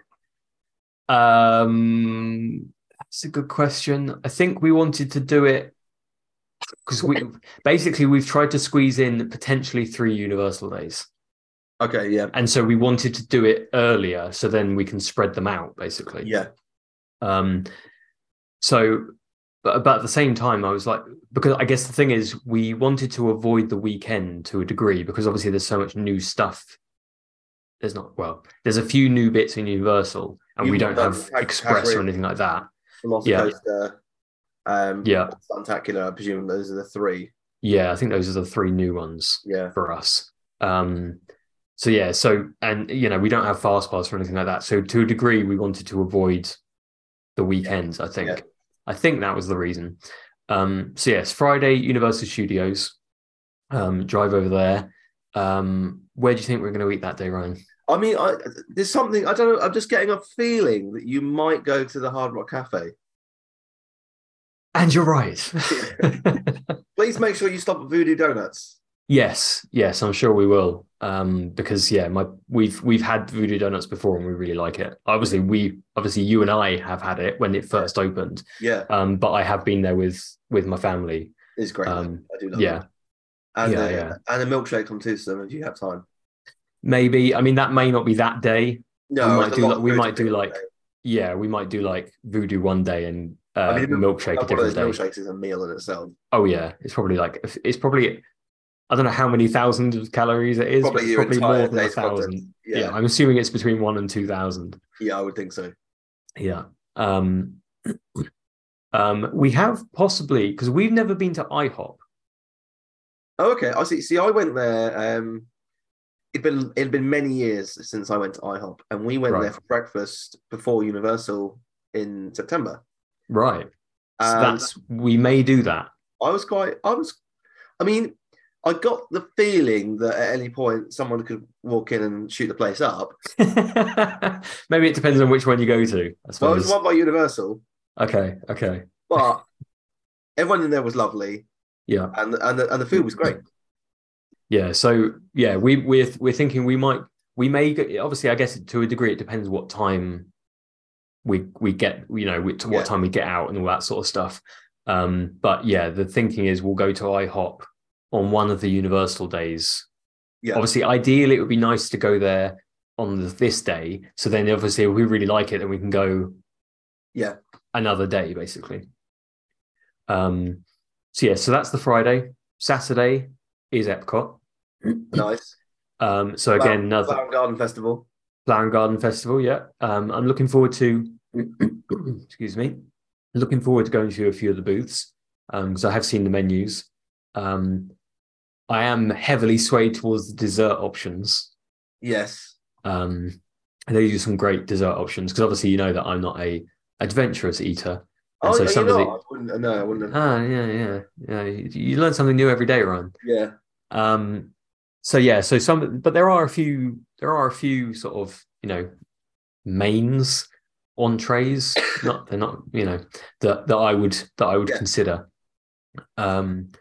Speaker 2: Um, that's a good question. I think we wanted to do it because we basically we've tried to squeeze in potentially three Universal days,
Speaker 1: Okay, yeah,
Speaker 2: and so we wanted to do it earlier so then we can spread them out basically.
Speaker 1: yeah,
Speaker 2: Um, so, but, but at the same time, I was like, because I guess the thing is, we wanted to avoid the weekend to a degree because obviously there's so much new stuff. There's not, well, there's a few new bits in Universal and
Speaker 1: You
Speaker 2: we
Speaker 1: want
Speaker 2: don't
Speaker 1: that
Speaker 2: have
Speaker 1: tag-
Speaker 2: Express
Speaker 1: tag
Speaker 2: or anything like that.
Speaker 1: Velocicoaster, um,
Speaker 2: Yeah.
Speaker 1: Spectacular. I presume those are the three.
Speaker 2: Yeah. I think those are the three new ones
Speaker 1: Yeah,
Speaker 2: for us. Um, so yeah, so and you know we don't have fast pass or anything like that. So to a degree, we wanted to avoid the weekends. I think,
Speaker 1: Yeah.
Speaker 2: I think that was the reason. Um, so yes, Friday, Universal Studios, um, drive over there. Um, where do you think we're going to eat that day, Ryan?
Speaker 1: I mean, I, there's something I don't know. I'm just getting a feeling that you might go to the Hard Rock Cafe.
Speaker 2: And you're right.
Speaker 1: Please make sure you stop at Voodoo Donuts.
Speaker 2: yes, yes, I'm sure we will. Um, because yeah, my we've we've had Voodoo Donuts before and we really like it. Obviously, we obviously you and I have had it when it first opened.
Speaker 1: Yeah,
Speaker 2: um but i have been there with with my family
Speaker 1: it's great.
Speaker 2: um
Speaker 1: I do love
Speaker 2: yeah
Speaker 1: it. And,
Speaker 2: yeah,
Speaker 1: uh,
Speaker 2: yeah.
Speaker 1: and a milkshake on Tuesday if you have time.
Speaker 2: maybe. I mean, that may not be that day.
Speaker 1: No,
Speaker 2: we
Speaker 1: it's
Speaker 2: might
Speaker 1: a
Speaker 2: do
Speaker 1: lot
Speaker 2: like,
Speaker 1: of
Speaker 2: we
Speaker 1: food to
Speaker 2: might do
Speaker 1: pick up
Speaker 2: like
Speaker 1: there.
Speaker 2: yeah, we might do like voodoo one day and uh,
Speaker 1: I mean,
Speaker 2: milkshake a
Speaker 1: one of
Speaker 2: different
Speaker 1: those
Speaker 2: day.
Speaker 1: milkshakes is a meal in itself.
Speaker 2: Oh yeah, it's probably like it's probably I don't know how many thousands of calories it is, but
Speaker 1: Probably
Speaker 2: it's
Speaker 1: your
Speaker 2: probably more
Speaker 1: entire
Speaker 2: than a
Speaker 1: day's content.
Speaker 2: thousand. Yeah.
Speaker 1: Yeah,
Speaker 2: I'm assuming it's between one and two thousand.
Speaker 1: yeah, I would think so.
Speaker 2: Yeah. Um, um, we have possibly because we've never been to IHOP.
Speaker 1: Oh, okay. I see. See, I went there. Um, it'd been it'd been many years since I went to IHOP, and we went
Speaker 2: Right.
Speaker 1: there for breakfast before Universal in September.
Speaker 2: Right. So
Speaker 1: And
Speaker 2: that's we may do that.
Speaker 1: I was quite. I was. I mean, I got the feeling that at any point someone could walk in and shoot the place up.
Speaker 2: Maybe it depends on which one you go to, I
Speaker 1: Well, it was
Speaker 2: suppose.
Speaker 1: one by Universal,
Speaker 2: Okay, okay.
Speaker 1: but everyone in there was lovely,
Speaker 2: Yeah.
Speaker 1: and and the, and the food was great.
Speaker 2: Yeah. So yeah, we we're we're thinking we might we may go, obviously I guess to a degree it depends what time we we get you know we, to what
Speaker 1: Yeah.
Speaker 2: time we get out and all that sort of stuff. Um, but yeah, the thinking is we'll go to IHOP on one of the Universal days.
Speaker 1: Yeah.
Speaker 2: Obviously, ideally it would be nice to go there on the, this day. So then obviously if we really like it, then we can go
Speaker 1: Yeah.
Speaker 2: another day basically. Um, so yeah, so that's the Friday. Saturday is Epcot.
Speaker 1: Nice.
Speaker 2: Um, so
Speaker 1: Flower-
Speaker 2: again, another
Speaker 1: Flower and Garden Festival.
Speaker 2: Flower and Garden Festival. Yeah, um, I'm looking forward to. excuse me. Looking forward to going to a few of the booths because I have seen the menus. Um, I am heavily swayed towards the dessert options.
Speaker 1: Yes.
Speaker 2: Um, and they do some great dessert options because obviously you know that I'm not a adventurous eater.
Speaker 1: Oh,
Speaker 2: And so
Speaker 1: no,
Speaker 2: some
Speaker 1: you're
Speaker 2: of the-
Speaker 1: not. I wouldn't, no, I wouldn't. have-
Speaker 2: Ah, yeah, yeah, yeah. You, you learn something new every day, Ryan.
Speaker 1: Yeah.
Speaker 2: Um, so yeah, so some, but there are a few, there are a few sort of, you know, mains, entrees. not they're not, you know, that that I would that I would
Speaker 1: Yeah.
Speaker 2: consider. Um,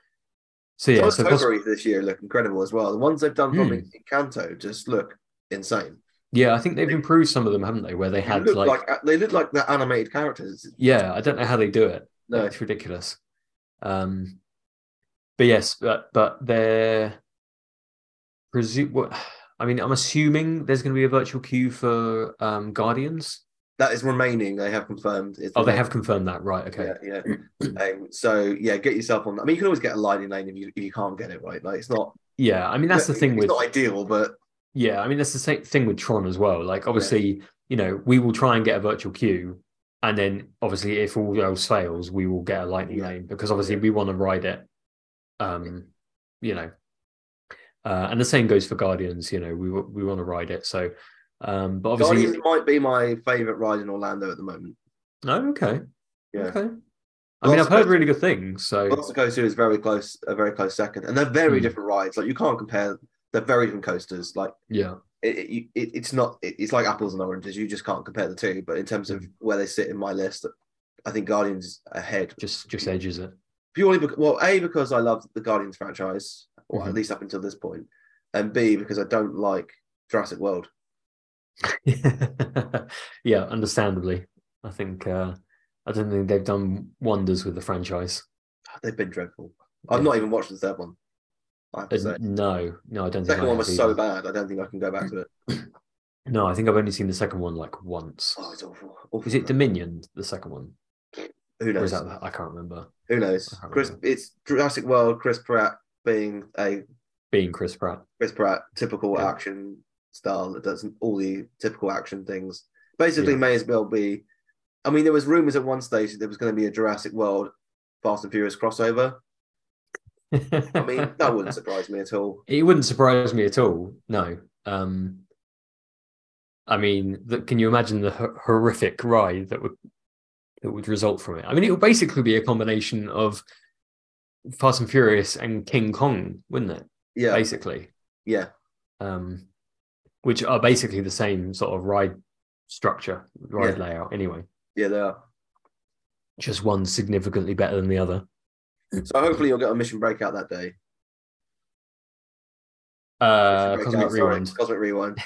Speaker 2: so
Speaker 1: Yeah,
Speaker 2: yeah,
Speaker 1: Those
Speaker 2: so poss-
Speaker 1: potpourri this year look incredible as well. The ones they've done from
Speaker 2: Hmm.
Speaker 1: in Canto just look insane.
Speaker 2: yeah, I think they've improved some of them, haven't they? Where they
Speaker 1: They
Speaker 2: had
Speaker 1: look
Speaker 2: like,
Speaker 1: like, they look like the animated characters.
Speaker 2: yeah, I don't know how they do it.
Speaker 1: No,
Speaker 2: It's ridiculous. Um, but yes, but but they're presume. What I mean, I'm assuming there's going to be a virtual queue for um, Guardians.
Speaker 1: that is remaining. They have confirmed. It's
Speaker 2: Oh, they
Speaker 1: remaining.
Speaker 2: have confirmed that, right? Okay.
Speaker 1: Yeah, yeah. um, so yeah, get yourself on. I mean, you can always get a lightning lane if you, if you can't get it right. Like it's not.
Speaker 2: Yeah, I mean that's the
Speaker 1: it's
Speaker 2: thing with
Speaker 1: not ideal, but
Speaker 2: yeah, I mean that's the same thing with Tron as well. Like obviously, you know, we will try and get a virtual queue, and then obviously if all else fails, we will get a lightning
Speaker 1: Yeah.
Speaker 2: lane because obviously
Speaker 1: Yeah.
Speaker 2: we want to ride it. Um, you know, uh, and the same goes for Guardians. You know, we wa- we want to ride it. So, um, but obviously,
Speaker 1: Guardians might be my favorite ride in Orlando at the moment.
Speaker 2: oh, okay,
Speaker 1: Yeah.
Speaker 2: okay. I
Speaker 1: Well,
Speaker 2: mean,
Speaker 1: I
Speaker 2: I've heard
Speaker 1: suppose-
Speaker 2: really good things. So
Speaker 1: Velocicoaster is very close, a very close second, and they're very
Speaker 2: Hmm.
Speaker 1: different rides. Like you can't compare. They're very different coasters. Like
Speaker 2: yeah,
Speaker 1: it, it, you- it, it's not. It, it's like apples and oranges. You just can't compare the two. But in terms of
Speaker 2: Hmm.
Speaker 1: where they sit in my list, I think Guardians is ahead
Speaker 2: just just edges it.
Speaker 1: purely because well, a because I love the Guardians franchise, or
Speaker 2: Mhm.
Speaker 1: at least up until this point, and b because I don't like Jurassic World.
Speaker 2: yeah, understandably. I think uh, I don't think they've done wonders with the franchise.
Speaker 1: They've been dreadful. I've
Speaker 2: Yeah.
Speaker 1: not even watched the third one. I have to
Speaker 2: Uh,
Speaker 1: say,
Speaker 2: No, no, I don't.
Speaker 1: the
Speaker 2: think
Speaker 1: second
Speaker 2: I
Speaker 1: one
Speaker 2: have
Speaker 1: was so
Speaker 2: either.
Speaker 1: bad. I don't think I can go back to it.
Speaker 2: No, I think I've only seen the second one like once.
Speaker 1: Oh, it's awful. awful
Speaker 2: Is it Dominion, the second one?
Speaker 1: Who
Speaker 2: Or
Speaker 1: knows?
Speaker 2: is that the- I can't remember.
Speaker 1: Who knows?
Speaker 2: I can't
Speaker 1: Chris,
Speaker 2: remember.
Speaker 1: it's Jurassic World. Chris Pratt being a
Speaker 2: Being Chris Pratt.
Speaker 1: Chris Pratt typical
Speaker 2: Yeah.
Speaker 1: action style that does all the typical action things. Basically,
Speaker 2: Yeah.
Speaker 1: may as well be. I mean, there was rumors at one stage that there was going to be a Jurassic World, Fast and Furious crossover. I mean, that wouldn't surprise me at all.
Speaker 2: It wouldn't surprise me at all. No. Um, I mean, the, can you imagine the hor- horrific ride that would that would result from it? I mean, it would basically be a combination of Fast and Furious and King Kong, wouldn't it?
Speaker 1: Yeah,
Speaker 2: Basically,
Speaker 1: yeah,
Speaker 2: um, which are basically the same sort of ride structure, ride
Speaker 1: Yeah.
Speaker 2: layout. Anyway,
Speaker 1: yeah, they are.
Speaker 2: just one significantly better than the other.
Speaker 1: So hopefully you'll get a Mission Breakout that day.
Speaker 2: Uh,
Speaker 1: Mission
Speaker 2: Cosmic
Speaker 1: Breakout, sorry,
Speaker 2: Rewind.
Speaker 1: Cosmic Rewind.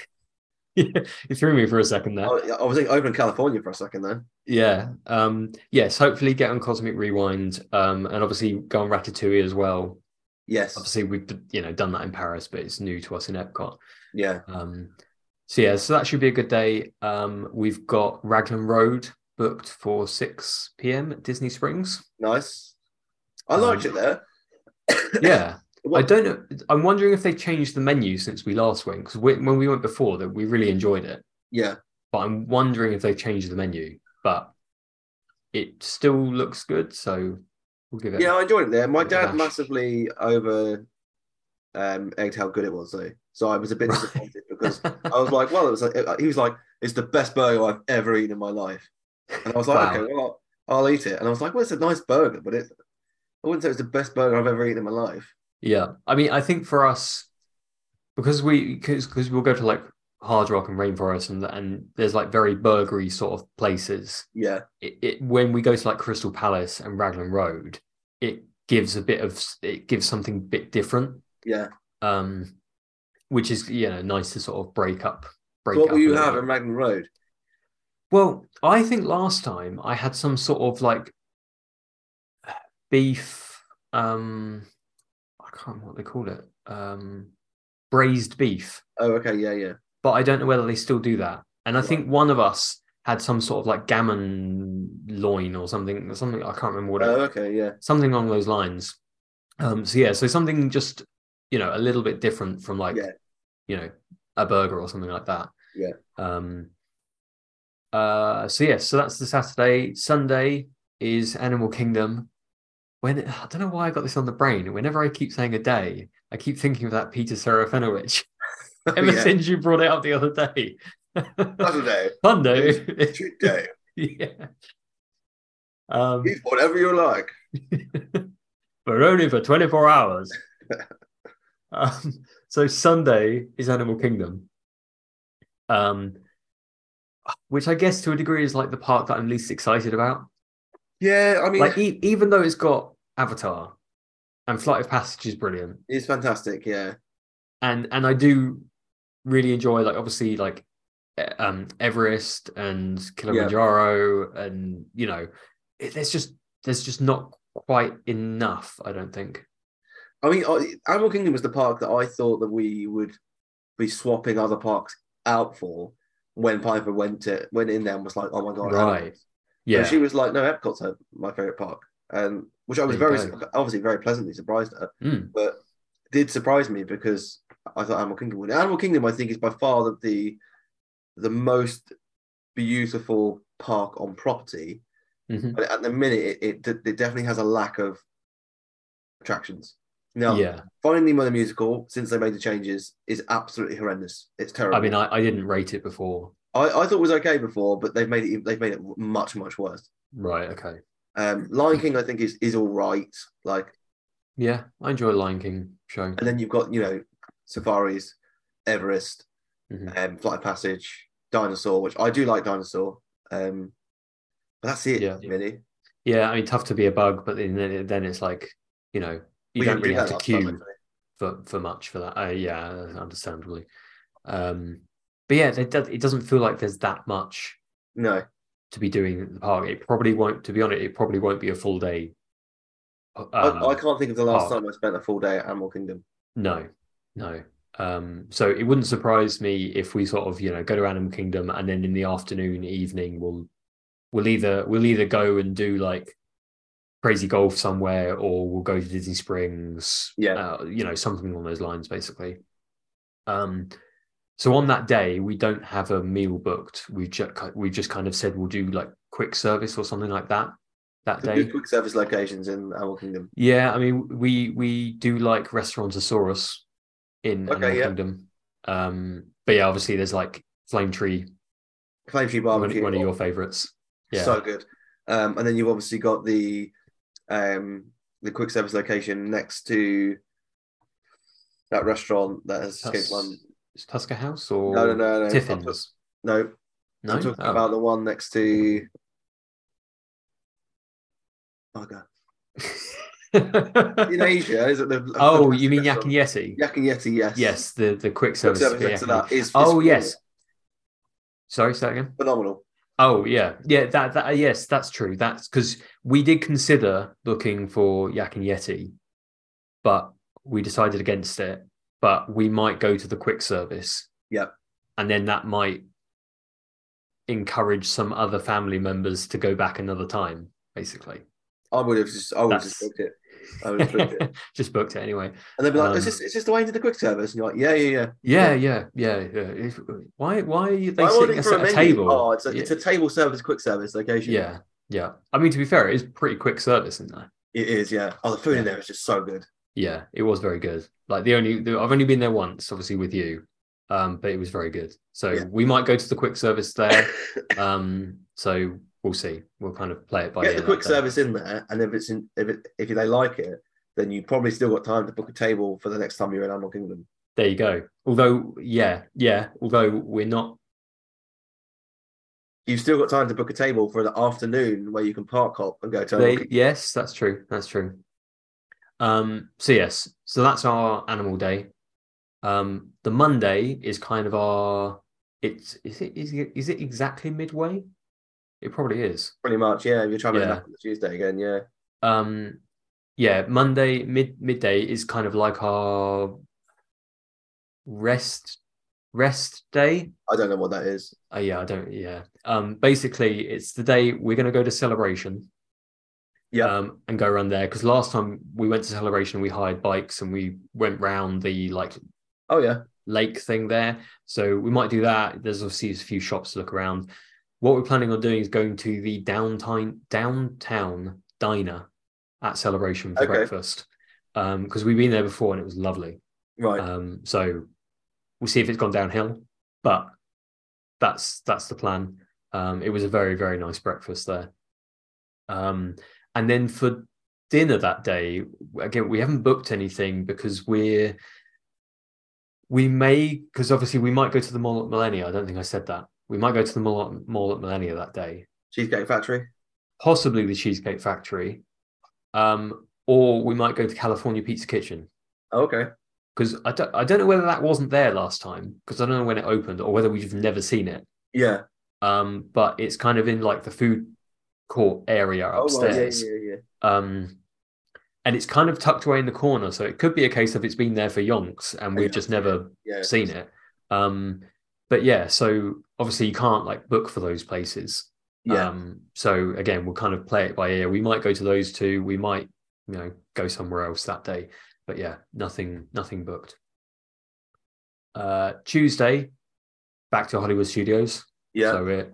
Speaker 1: Oh,
Speaker 2: you threw me for a second there.
Speaker 1: I, I was thinking over in California for a second then.
Speaker 2: Yeah. Um, yes, hopefully get on Cosmic Rewind. Um, and obviously go on Ratatouille as well.
Speaker 1: Yes.
Speaker 2: Obviously, we've you know done that in Paris, but it's new to us in Epcot.
Speaker 1: Yeah.
Speaker 2: Um, so yeah, so that should be a good day. Um, we've got Raglan Road booked for six p.m. at Disney Springs.
Speaker 1: Nice. I
Speaker 2: Um,
Speaker 1: liked it there.
Speaker 2: Yeah, I
Speaker 1: What-
Speaker 2: don't know. I'm wondering if they changed the menu since we last went because when we went before, that we really enjoyed it.
Speaker 1: Yeah.
Speaker 2: But I'm wondering if they changed the menu. But it still looks good, so we'll give it.
Speaker 1: Yeah, I enjoyed it there. My
Speaker 2: Bit of a
Speaker 1: dad
Speaker 2: bash.
Speaker 1: massively over um, egged how good it was, though. So I was a bit
Speaker 2: Right.
Speaker 1: disappointed because I was like, well, it was. Like, he was like, it's the best burger I've ever eaten in my life, and I was like,
Speaker 2: Wow.
Speaker 1: okay, well, I'll, I'll eat it. And I was like, well, it's a nice burger, but it. I wouldn't say it's the best burger I've ever eaten in my life.
Speaker 2: Yeah, I mean, I think for us, because we because because we'll go to like Hard Rock and Rainforest and and there's like very burgery sort of places.
Speaker 1: Yeah,
Speaker 2: It, it when we go to like Crystal Palace and Raglan Road, it gives a bit of s- it gives something a bit different,
Speaker 1: yeah.
Speaker 2: um, which is you know nice to sort of break up. Break
Speaker 1: what
Speaker 2: up
Speaker 1: will
Speaker 2: a
Speaker 1: you
Speaker 2: little
Speaker 1: have
Speaker 2: bit.
Speaker 1: in Raglan Road?
Speaker 2: Well, I think last time I had some sort of like beef. Um, I can't remember what they called it. Um, braised beef,
Speaker 1: Oh, okay, yeah, yeah,
Speaker 2: but I don't know whether they still do that. And I
Speaker 1: Right.
Speaker 2: think one of us had some sort of like gammon loin or something, something I can't remember what
Speaker 1: oh,
Speaker 2: it,
Speaker 1: okay, yeah,
Speaker 2: something along those lines. Um, so yeah, so something just you know a little bit different from like
Speaker 1: Yeah.
Speaker 2: you know a burger or something like that.
Speaker 1: Yeah.
Speaker 2: Um. Uh. So yeah, so that's the Saturday. Sunday is Animal Kingdom. When I don't know why I got this on the brain. Whenever I keep saying a day, I keep thinking of that Peter Serafinovich. Ever
Speaker 1: yeah.
Speaker 2: since you brought it up the other day.
Speaker 1: Saturday,
Speaker 2: Sunday.
Speaker 1: treat day,
Speaker 2: yeah. Um,
Speaker 1: eat whatever you like.
Speaker 2: but only for 24 hours. um, so Sunday is Animal Kingdom, um, which I guess to a degree is like the park that I'm least excited about.
Speaker 1: Yeah, I mean,
Speaker 2: Like e- even though it's got Avatar and Flight of Passage is brilliant,
Speaker 1: it's fantastic. Yeah,
Speaker 2: and and I do really enjoy like obviously like e- um Everest and Kilimanjaro and you know it, there's just there's just not quite enough I don't think.
Speaker 1: I mean, I- Animal Kingdom was the park that I thought that we would be swapping other parks out for when Piper went to went in there and was like, "Oh my god!"
Speaker 2: Right. Yeah.
Speaker 1: And she was like, "No, Epcot's her, my favorite park," and which I was
Speaker 2: There you
Speaker 1: very obviously very pleasantly surprised at,
Speaker 2: Mm.
Speaker 1: but did surprise me because I thought Animal Kingdom would. Animal Kingdom, I think, is by far the the, the most beautiful park on property,
Speaker 2: Mhm.
Speaker 1: but at the minute, it, it it definitely has a lack of attractions. Now,
Speaker 2: Yeah.
Speaker 1: Finding Nemo the musical, since they made the changes, is absolutely horrendous. It's terrible.
Speaker 2: I mean, I, I didn't rate it before.
Speaker 1: I, I thought it was okay before, but they've made it they've made it much much worse.
Speaker 2: Right. Okay.
Speaker 1: Um, Lion King, I think, is is all right. Like,
Speaker 2: Yeah. I enjoy Lion King show.
Speaker 1: and then you've got you know, safaris, Everest,
Speaker 2: Mhm.
Speaker 1: um, Flight of Passage, Dinosaur, which I do like Dinosaur. Um, but that's it,
Speaker 2: Yeah.
Speaker 1: really.
Speaker 2: Yeah. I mean, tough to be a bug, but then, then it- then it's like, you know, you
Speaker 1: We
Speaker 2: don't
Speaker 1: didn't do
Speaker 2: really
Speaker 1: that
Speaker 2: have to
Speaker 1: last time,
Speaker 2: queue
Speaker 1: actually.
Speaker 2: for, for much for that. Uh, yeah. Understandably. Um, but yeah, it, does, it doesn't feel like there's that much
Speaker 1: No,
Speaker 2: to be doing at the park. It probably won't, to be honest, it probably won't be a full day. uh, um,
Speaker 1: I, I can't think of the last
Speaker 2: park.
Speaker 1: time I spent a full day at Animal Kingdom.
Speaker 2: No, no. Um, so it wouldn't surprise me if we sort of, you know, go to Animal Kingdom and then in the afternoon, evening, we'll we'll either we'll either go and do like crazy golf somewhere, or we'll go to Disney Springs.
Speaker 1: Yeah.
Speaker 2: uh, you know, something along those lines, basically. Um, so on that day, we don't have a meal booked. We've just we've just kind of said we'll do like quick service or something like that that
Speaker 1: Some
Speaker 2: day.
Speaker 1: good quick service locations in Animal Kingdom.
Speaker 2: Yeah, I mean, we we do like Restaurantosaurus in
Speaker 1: Okay,
Speaker 2: Animal
Speaker 1: yeah.
Speaker 2: Kingdom. Um, but yeah, obviously there's like Flame Tree,
Speaker 1: Flame Tree
Speaker 2: one,
Speaker 1: Barbecue. oh,
Speaker 2: one of your favorites. Yeah,
Speaker 1: so good. Um, and then you've obviously got the um, the quick service location next to that restaurant that has escaped
Speaker 2: Tus-
Speaker 1: one.
Speaker 2: it's Tusker House or
Speaker 1: No, no, no, no. I'm talk-
Speaker 2: Tiffin's.
Speaker 1: no,
Speaker 2: No,
Speaker 1: I'm talking
Speaker 2: Oh,
Speaker 1: about the one next to. Oh god, in Asia is it the? the-
Speaker 2: oh,
Speaker 1: the-
Speaker 2: you mean Yak and Yeti?
Speaker 1: Yak and Yeti? Yes.
Speaker 2: Yes, the the quick
Speaker 1: Quick
Speaker 2: service.
Speaker 1: service
Speaker 2: for
Speaker 1: next to
Speaker 2: Yak and
Speaker 1: that is, is
Speaker 2: Yeti. Oh
Speaker 1: phenomenal.
Speaker 2: yes. Sorry, say that again.
Speaker 1: phenomenal.
Speaker 2: Oh yeah, yeah. That that yes, that's true. That's because we did consider looking for Yak and Yeti, but we decided against it, but we might go to the quick service.
Speaker 1: Yep.
Speaker 2: And then that might encourage some other family members to go back another time, basically.
Speaker 1: I would have just, I would have just
Speaker 2: That's-
Speaker 1: booked it. I would have booked it.
Speaker 2: Just booked it anyway.
Speaker 1: And they'd be like,
Speaker 2: Um,
Speaker 1: it's, just, it's just the way into the quick service. And you're like, yeah, yeah, yeah.
Speaker 2: Yeah, yeah, yeah, yeah. If- why, why are you- they
Speaker 1: I'm
Speaker 2: sitting
Speaker 1: ordering
Speaker 2: us
Speaker 1: for
Speaker 2: at
Speaker 1: a
Speaker 2: a
Speaker 1: menu.
Speaker 2: table?
Speaker 1: Oh, it's a,
Speaker 2: yeah,
Speaker 1: it's a table service, quick service location.
Speaker 2: yeah, yeah. I mean, to be fair, it is pretty quick service, isn't it?
Speaker 1: It is, yeah. Oh, the food in
Speaker 2: Yeah.
Speaker 1: there is just so good.
Speaker 2: Yeah, it was very good. Like the only, the, I've only been there once, obviously with you, um, but it was very good. So
Speaker 1: Yeah.
Speaker 2: we might go to the quick service there. um, so we'll see. We'll kind of play it by
Speaker 1: Get
Speaker 2: ear
Speaker 1: the
Speaker 2: like
Speaker 1: quick
Speaker 2: that.
Speaker 1: service in there, and if it's in, if it, if they like it, then you probably still got time to book a table for the next time you're in Animal Kingdom.
Speaker 2: There you go. Although, yeah, yeah. Although we're not.
Speaker 1: You've still got time to book a table for the afternoon where you can park hop and go to. Animal
Speaker 2: They,
Speaker 1: Kingdom.
Speaker 2: yes, that's true. That's true. Um. So yes. So that's our animal day. Um. The Monday is kind of our. It's is it is it, is it exactly midway? It probably is.
Speaker 1: Pretty much, yeah. If you're traveling
Speaker 2: Yeah.
Speaker 1: back on the Tuesday again, yeah.
Speaker 2: um yeah monday mid midday is kind of like our rest rest day
Speaker 1: I don't know what that is.
Speaker 2: uh, yeah i don't yeah um basically it's the day we're going to go to celebration
Speaker 1: Yeah.
Speaker 2: um and go around there because last time we went to celebration we hired bikes and we went round the like
Speaker 1: Oh yeah,
Speaker 2: lake thing there. So we might do that. There's obviously a few shops to look around. What we're planning on doing is going to the downtown downtown diner at Celebration for
Speaker 1: Okay.
Speaker 2: breakfast. Um, because we've been there before and it was lovely.
Speaker 1: right.
Speaker 2: Um, so we'll see if it's gone downhill, but that's that's the plan. Um, it was a very very nice breakfast there. Um, and then for dinner that day, again we haven't booked anything because we're we may because obviously we might go to the mall at Millennia. I don't think I said that. We might go to the mall at, mall at Millennia that day,
Speaker 1: Cheesecake Factory.
Speaker 2: possibly the Cheesecake Factory, um, or we might go to California Pizza Kitchen
Speaker 1: Oh, okay.
Speaker 2: because I don't, I don't know whether that wasn't there last time because I don't know when it opened or whether we've never seen it.
Speaker 1: Yeah.
Speaker 2: Um, but it's kind of in like the food court area
Speaker 1: Oh, right. yeah,
Speaker 2: upstairs.
Speaker 1: yeah, yeah.
Speaker 2: Um, and it's kind of tucked away in the corner, so it could be a case of it's been there for yonks and we've
Speaker 1: Yeah.
Speaker 2: just never
Speaker 1: Yeah.
Speaker 2: seen it. Um, but yeah, so obviously you can't like book for those places.
Speaker 1: Yeah.
Speaker 2: Um, so again, we'll kind of play it by ear. We might go to those two. We might, you know, go somewhere else that day. But yeah, nothing, nothing booked. Uh, Tuesday, back to Hollywood Studios.
Speaker 1: yeah.
Speaker 2: So we're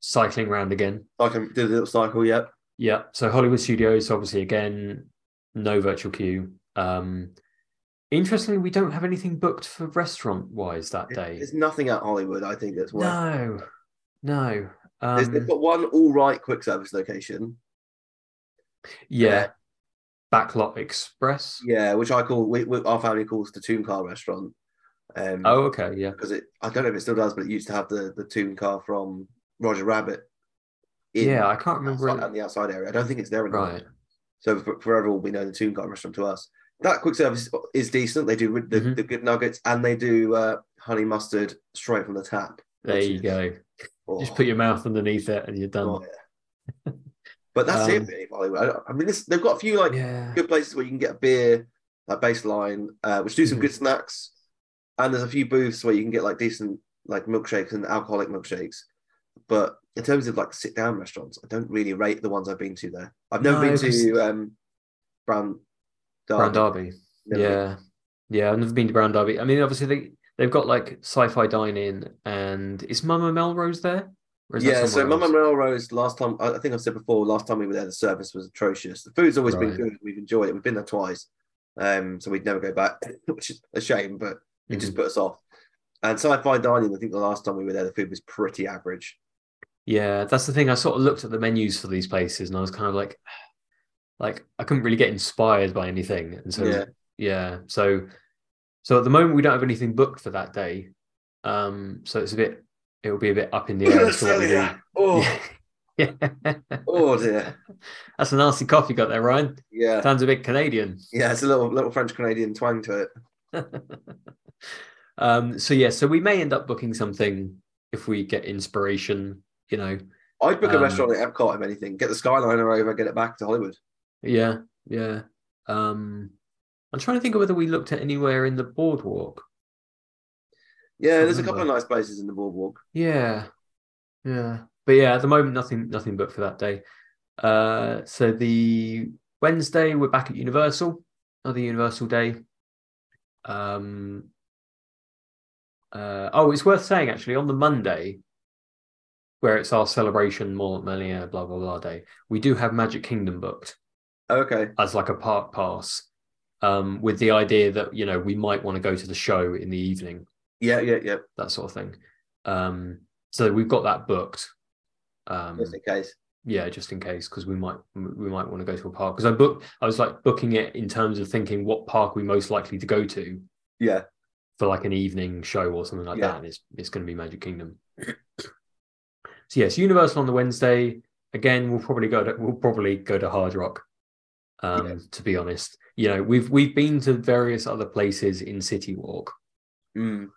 Speaker 2: cycling around again.
Speaker 1: I can do the little cycle. Yeah.
Speaker 2: Yeah. So Hollywood Studios, obviously, again, no virtual queue. Um, interestingly, we don't have anything booked for restaurant wise that day.
Speaker 1: There's nothing at Hollywood. I think that's why.
Speaker 2: No, no.
Speaker 1: There's-
Speaker 2: Um,
Speaker 1: they've got one all right quick service location.
Speaker 2: yeah, Backlot Express.
Speaker 1: Yeah, which I call we, we, our family calls the Toon Car restaurant. Um,
Speaker 2: Oh, okay, yeah,
Speaker 1: because it I don't know if it still does, but it used to have the the Toon Car from Roger Rabbit. in-
Speaker 2: yeah. I can't remember.
Speaker 1: outside,
Speaker 2: it.
Speaker 1: on the outside area. I don't think it's there anymore.
Speaker 2: Right.
Speaker 1: So for, forever will be known the Toon Car restaurant to us. That quick service is decent. They do the,
Speaker 2: Mhm.
Speaker 1: the good nuggets and they do uh, honey mustard straight from the tap.
Speaker 2: There
Speaker 1: which
Speaker 2: you
Speaker 1: is-
Speaker 2: go.
Speaker 1: oh,
Speaker 2: Just put your mouth underneath it, and you're
Speaker 1: oh,
Speaker 2: done.
Speaker 1: yeah. but that's
Speaker 2: Um,
Speaker 1: it really, Hollywood. I, don't- I mean, this, they've got a few like
Speaker 2: Yeah.
Speaker 1: good places where you can get a beer, a baseline, uh, which do some
Speaker 2: Mhm.
Speaker 1: good snacks. And there's a few booths where you can get like decent like milkshakes and alcoholic milkshakes. But in terms of like sit down restaurants, I don't really rate the ones I've been to there. I've never
Speaker 2: No,
Speaker 1: been
Speaker 2: 'cause-
Speaker 1: to um, Brand.
Speaker 2: Brown Derby.
Speaker 1: Never been.
Speaker 2: Yeah, yeah. I've never been to Brown Derby. I mean, obviously they they've got like sci-fi dining, and is Mama Melrose there? Or is that
Speaker 1: Yeah, so
Speaker 2: somewhere
Speaker 1: Mama
Speaker 2: else?
Speaker 1: Melrose. Last time, I I think I've said before. Last time we were there, the service was atrocious. The food's always been
Speaker 2: Right.
Speaker 1: good. We've enjoyed it. We've been there twice, um, so we'd never go back, which is a shame. But it just put us off. And sci-fi dining, I think the last time we were there, the food was pretty average.
Speaker 2: Yeah, that's the thing. I sort of looked at the menus for these places, and I was kind of like, like I couldn't really get inspired by anything. And so,
Speaker 1: Yeah.
Speaker 2: yeah, So, so at the moment, we don't have anything booked for that day. Um, so it's a bit, it'll be a bit up in the air. as to what we do.
Speaker 1: Oh,
Speaker 2: Yeah.
Speaker 1: oh dear.
Speaker 2: that's a nasty cough you got there, Ryan.
Speaker 1: Yeah,
Speaker 2: Sounds a bit Canadian.
Speaker 1: yeah. It's a little little French Canadian twang to it.
Speaker 2: um, so yeah, so we may end up booking something if we get inspiration. You know,
Speaker 1: I'd book a
Speaker 2: Um,
Speaker 1: restaurant at Epcot if anything. Get the Skyliner over, get it back to Hollywood.
Speaker 2: yeah, yeah. Um, I'm trying to think of whether we looked at anywhere in the boardwalk.
Speaker 1: Yeah, there's a couple of
Speaker 2: Remember.
Speaker 1: nice places in the boardwalk.
Speaker 2: Yeah. Yeah. But yeah, at the moment nothing nothing booked for that day. Uh so the Wednesday we're back at Universal, another Universal day. Um uh, oh, it's worth saying actually on the Monday, where it's our celebration, Mall at Melia, blah blah blah day, we do have Magic Kingdom booked
Speaker 1: Okay.
Speaker 2: as like a park pass, um, with the idea that you know we might want to go to the show in the evening
Speaker 1: Yeah, yeah, yeah.
Speaker 2: that sort of thing. Um, so we've got that booked. Um,
Speaker 1: Just in case.
Speaker 2: yeah, just in case because we might we might want to go to a park because I booked I was like booking it in terms of thinking what park we most likely to go to
Speaker 1: Yeah.
Speaker 2: for like an evening show or something like
Speaker 1: Yeah.
Speaker 2: that. And it's it's going to be Magic Kingdom. so yes, Universal on the Wednesday again. We'll probably go to we'll probably go to Hard Rock. Um,
Speaker 1: Yes.
Speaker 2: To be honest, you know we've we've been to various other places in City Walk,
Speaker 1: Mm.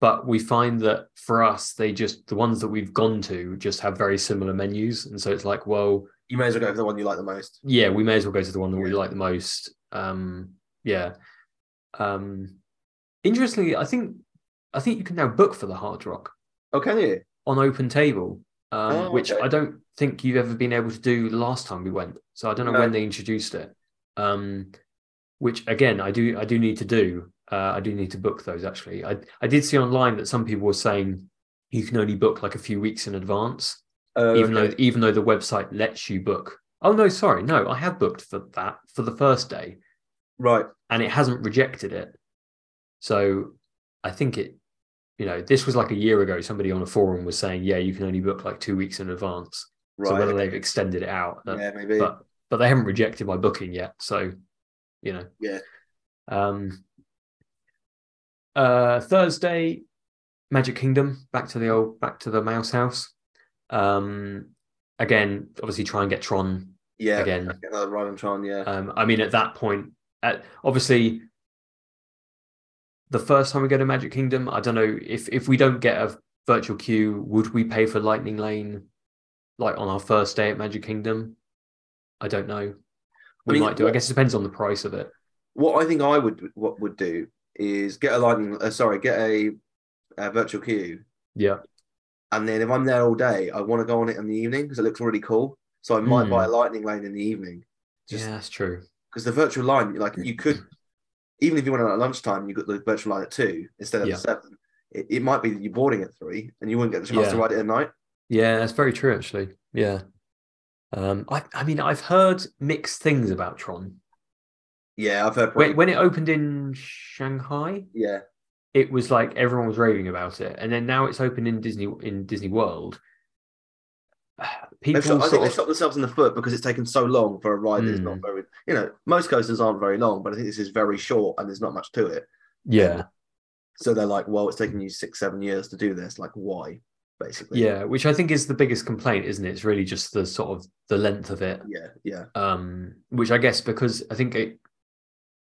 Speaker 2: but we find that for us they just the ones that we've gone to just have very similar menus and so it's like well
Speaker 1: You may as well go for the one you like the most.
Speaker 2: yeah we may as well go to the one that we like the most um yeah um interestingly i think i think you can now book for the hard rock
Speaker 1: Oh, can you?
Speaker 2: on open table um
Speaker 1: Oh,
Speaker 2: which
Speaker 1: okay.
Speaker 2: i don't think you've ever been able to do the last time we went so i don't know
Speaker 1: No.
Speaker 2: when they introduced it um which again i do i do need to do uh, i do need to book those actually i i did see online that some people were saying you can only book like a few weeks in advance
Speaker 1: Oh,
Speaker 2: even
Speaker 1: okay.
Speaker 2: though even though the website lets you book. Oh no, sorry, no, I have booked for that for the first day,
Speaker 1: right.
Speaker 2: and it hasn't rejected it. So I think it, you know, this was like a year ago. Somebody on a forum was saying, yeah, you can only book like two weeks in advance.
Speaker 1: Right.
Speaker 2: So whether
Speaker 1: okay.
Speaker 2: they've extended it out, that-
Speaker 1: yeah, maybe.
Speaker 2: but but they haven't rejected my booking yet. So you know,
Speaker 1: Yeah.
Speaker 2: Um, uh, Thursday, Magic Kingdom, back to the old, back to the Mouse House. Um, again, obviously try and get Tron
Speaker 1: yeah.
Speaker 2: again.
Speaker 1: Get Another Ryan and Tron, yeah.
Speaker 2: Um, I mean, at that point, at, obviously, the first time we go to Magic Kingdom, I don't know if if we don't get a virtual queue, would we pay for Lightning Lane, like on our first day at Magic Kingdom? I don't know. We
Speaker 1: mean,
Speaker 2: might do. I
Speaker 1: what-
Speaker 2: guess it depends on the price of it.
Speaker 1: what I think I would what would do is get a lightning. Uh, sorry, get a, a virtual queue,
Speaker 2: Yeah.
Speaker 1: and then if I'm there all day, I want to go on it in the evening because it looks really cool. So I might
Speaker 2: Hmm.
Speaker 1: buy a lightning lane in the evening, just
Speaker 2: yeah, that's true.
Speaker 1: because the virtual line, like you could, even if you went on at lunchtime, you got the virtual line at two instead of
Speaker 2: Yeah.
Speaker 1: seven. It, it might be that you're boarding at three, and you wouldn't get the chance to
Speaker 2: Yeah.
Speaker 1: ride it at night.
Speaker 2: Yeah, that's very true actually. Yeah. Um, I I mean I've heard mixed things about Tron.
Speaker 1: Yeah, I've heard.
Speaker 2: When
Speaker 1: Pretty,
Speaker 2: when it opened in Shanghai,
Speaker 1: yeah,
Speaker 2: it was like everyone was raving about it, and then now it's open in Disney in Disney World. People
Speaker 1: they've shot, I
Speaker 2: sort
Speaker 1: think
Speaker 2: of Hmm.
Speaker 1: they shot themselves in the foot because it's taken so long for a ride that's not very. You know, most coasters aren't very long, but I think this is very short and there's not much to it.
Speaker 2: yeah
Speaker 1: So they're like, well, it's taking you six, seven years to do this. Like, why? Basically.
Speaker 2: yeah, which I think is the biggest complaint, isn't it? It's really just the sort of the length of it.
Speaker 1: Yeah. Yeah.
Speaker 2: um which i guess because i think it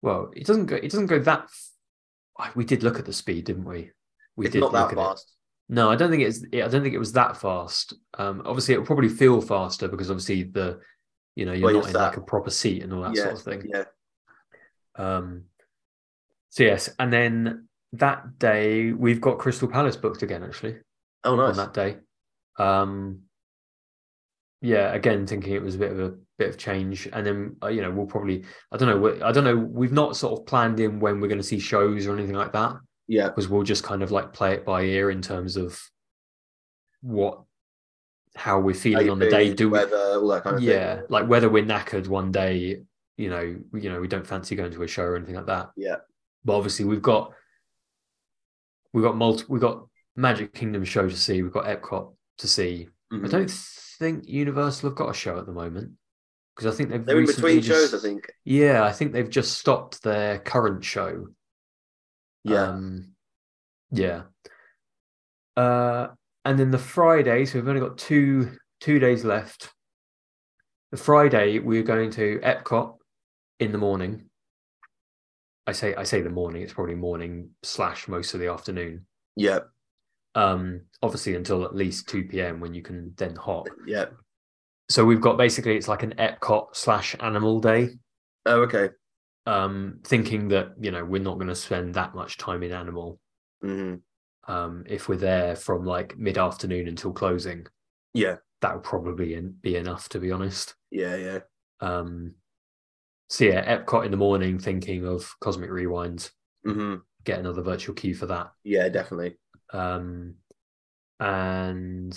Speaker 2: well it doesn't go it doesn't go that f- I- we did look at the speed didn't we we
Speaker 1: it's not
Speaker 2: look
Speaker 1: that
Speaker 2: at
Speaker 1: fast.
Speaker 2: it. no i don't think it's i don't think it was that fast um obviously it'll probably feel faster because obviously the you know you're
Speaker 1: Well,
Speaker 2: not
Speaker 1: you're
Speaker 2: in
Speaker 1: sat.
Speaker 2: like a proper seat and all that
Speaker 1: Yeah,
Speaker 2: sort of thing
Speaker 1: Yeah.
Speaker 2: um so yes and then that day we've got crystal palace booked again actually
Speaker 1: Oh,
Speaker 2: on
Speaker 1: nice.
Speaker 2: that day. Um, yeah, again, thinking it was a bit of a bit of change, and then uh, you know we'll probably I don't know we- I don't know we've not sort of planned in when we're going to see shows or anything like that
Speaker 1: Yeah.
Speaker 2: because we'll just kind of like play it by ear in terms of what how we're feeling on the day.
Speaker 1: Maybe
Speaker 2: Do we,
Speaker 1: weather, all that kind of
Speaker 2: yeah,
Speaker 1: thing.
Speaker 2: like whether we're knackered one day, you know, you know, we don't fancy going to a show or anything like that.
Speaker 1: Yeah.
Speaker 2: But obviously we've got we've got multi we've got Magic Kingdom show to see, we've got Epcot to see.
Speaker 1: Mhm.
Speaker 2: I don't think Universal have got a show at the moment. Because I think they've
Speaker 1: They're in
Speaker 2: recently
Speaker 1: between
Speaker 2: just-
Speaker 1: shows, I think.
Speaker 2: Yeah, I think they've just stopped their current show.
Speaker 1: Yeah.
Speaker 2: Um, yeah. Uh, and then the Friday, so we've only got two two days left. The Friday we're going to Epcot in the morning. I say I say the morning. It's probably morning slash most of the afternoon.
Speaker 1: yeah.
Speaker 2: Um, obviously until at least two p.m. when you can then hop.
Speaker 1: Yeah.
Speaker 2: So we've got basically it's like an Epcot slash Animal Day
Speaker 1: Oh, okay.
Speaker 2: um, thinking that you know we're not going to spend that much time in Animal
Speaker 1: hmm
Speaker 2: um, if we're there from like mid afternoon until closing.
Speaker 1: Yeah.
Speaker 2: that would probably en- be enough, to be honest.
Speaker 1: Yeah, yeah.
Speaker 2: Um, so yeah, Epcot in the morning, thinking of Cosmic Rewind,
Speaker 1: hmm
Speaker 2: get another virtual queue for that,
Speaker 1: Yeah, definitely.
Speaker 2: um, and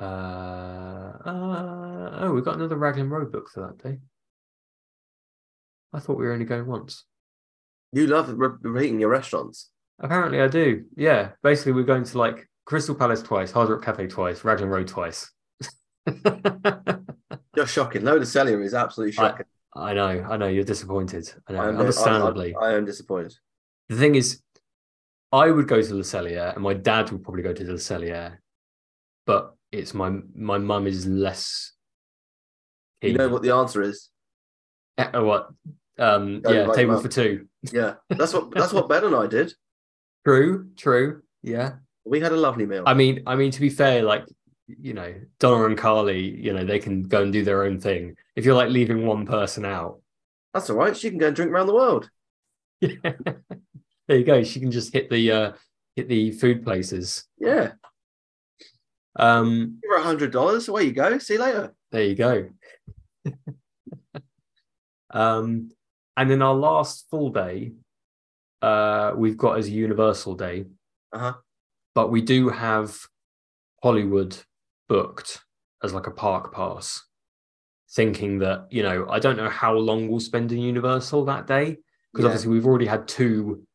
Speaker 2: uh, uh, oh, we got another Raglan Road book for that day. I thought we were only going once.
Speaker 1: You love re- repeating your restaurants.
Speaker 2: Apparently, I do. Yeah, basically, we're going to like Crystal Palace twice, Hard Rock Cafe twice, Raglan Road twice.
Speaker 1: Just shocking. Load of celery is absolutely shocking. uh,
Speaker 2: I know, I know, you're disappointed. I know,
Speaker 1: I am- I- I-
Speaker 2: understandably.
Speaker 1: I, am disappointed.
Speaker 2: the thing is, I would go to La Cellier, and my dad would probably go to La Cellier, but it's my my mum is less.
Speaker 1: You
Speaker 2: keen.
Speaker 1: know what the answer is?
Speaker 2: Eh, oh, what? Um,
Speaker 1: Go
Speaker 2: yeah,
Speaker 1: by
Speaker 2: table
Speaker 1: Oh, mum.
Speaker 2: for two.
Speaker 1: Yeah, that's what that's what Ben and I did.
Speaker 2: True, true. Yeah,
Speaker 1: We had a lovely meal.
Speaker 2: I mean, I mean to be fair, like you know, Donna and Carly, you know, they can go and do their own thing. If you're like leaving one person out,
Speaker 1: that's all right. She can go and drink around the world.
Speaker 2: there you go. She can just hit the uh, hit the food places.
Speaker 1: Yeah,
Speaker 2: Um,
Speaker 1: give her a hundred dollars. Away you go. See you later.
Speaker 2: There you go. um, and then our last full day, uh, we've got as Universal Day,
Speaker 1: Uh-huh.
Speaker 2: but we do have Hollywood booked as like a park pass, thinking that you know I don't know how long we'll spend in Universal that day because
Speaker 1: yeah.
Speaker 2: obviously we've already had two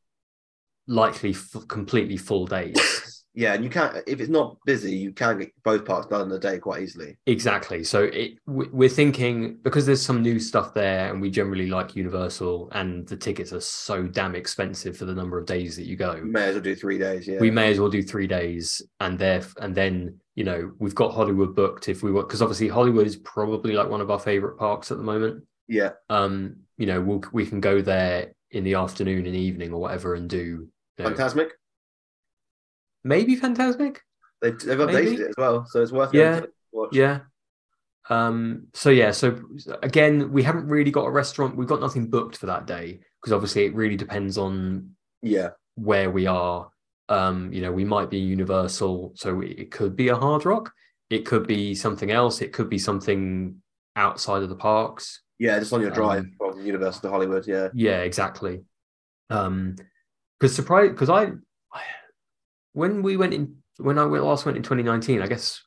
Speaker 2: likely f- completely full days.
Speaker 1: yeah, and you can't if it's not busy, you can get both parts done in a day quite easily.
Speaker 2: Exactly. So it, we- we're thinking because there's some new stuff there, and we generally like Universal, and the tickets are so damn expensive for the number of days that you go.
Speaker 1: May as well do three days. Mm, Yeah,
Speaker 2: We may as well do three days, and there, and then you know we've got Hollywood booked if we want, because obviously Hollywood is probably like one of our favorite parks at the moment.
Speaker 1: yeah,
Speaker 2: Um, you know, we'll, we can go there in the afternoon and evening or whatever, and do you know,
Speaker 1: fantastic.
Speaker 2: maybe Fantasmic.
Speaker 1: They've, they've updated
Speaker 2: Maybe.
Speaker 1: it as well, so it's worth
Speaker 2: Yeah.
Speaker 1: going to watch.
Speaker 2: Yeah. Um, so yeah, so again, we haven't really got a restaurant. We've got nothing booked for that day because obviously it really depends on
Speaker 1: yeah,
Speaker 2: where we are. Um, you know, we might be Universal, so it it could be a Hard Rock. It could be something else. It could be something outside of the parks.
Speaker 1: yeah. Just on your drive
Speaker 2: Um,
Speaker 1: from Universal to Hollywood. Yeah,
Speaker 2: Yeah, exactly. Um, because surprise, because I, I, when we went in, when I last went in 2019, I guess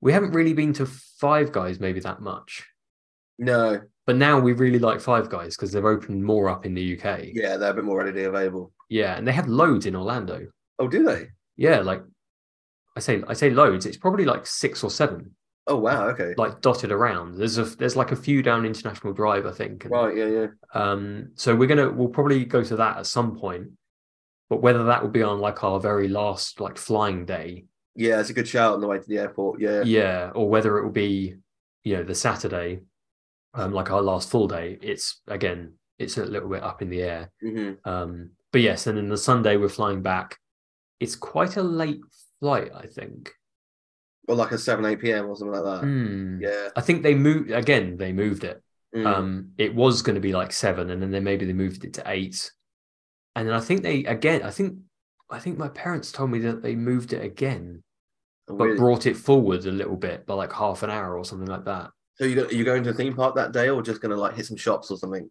Speaker 2: we haven't really been to Five Guys maybe that much.
Speaker 1: no,
Speaker 2: but now we really like Five Guys because they've opened more up in the UK.
Speaker 1: yeah, they're a bit more readily available.
Speaker 2: Yeah, and they have loads in Orlando.
Speaker 1: Oh, do they?
Speaker 2: Yeah, like I say, I say loads. It's probably like six or seven,
Speaker 1: Oh, wow. Okay.
Speaker 2: like dotted around. There's a there's like a few down International Drive, I think. and,
Speaker 1: Right. Yeah. Yeah.
Speaker 2: Um, so we're gonna we'll probably go to that at some point, but whether that will be on like our very last like flying day,
Speaker 1: Yeah, it's a good shout on the way to the airport. Yeah.
Speaker 2: yeah, or whether it will be, you know, the Saturday, um, like our last full day. It's again, it's a little bit up in the air.
Speaker 1: hmm
Speaker 2: Um, but yes, and then the Sunday we're flying back. It's quite a late flight, I think.
Speaker 1: Or like a 7, 8 p.m. or something like that.
Speaker 2: Hmm.
Speaker 1: Yeah.
Speaker 2: I think they moved again. They moved it.
Speaker 1: Mm.
Speaker 2: Um, it was going to be like seven, and then they maybe they moved it to eight, and then I think they again. I think I think my parents told me that they moved it again, but
Speaker 1: Weird.
Speaker 2: brought it forward a little bit by like half an hour or something like that.
Speaker 1: so you go, you going to a theme park that day or just going to like hit some shops or something?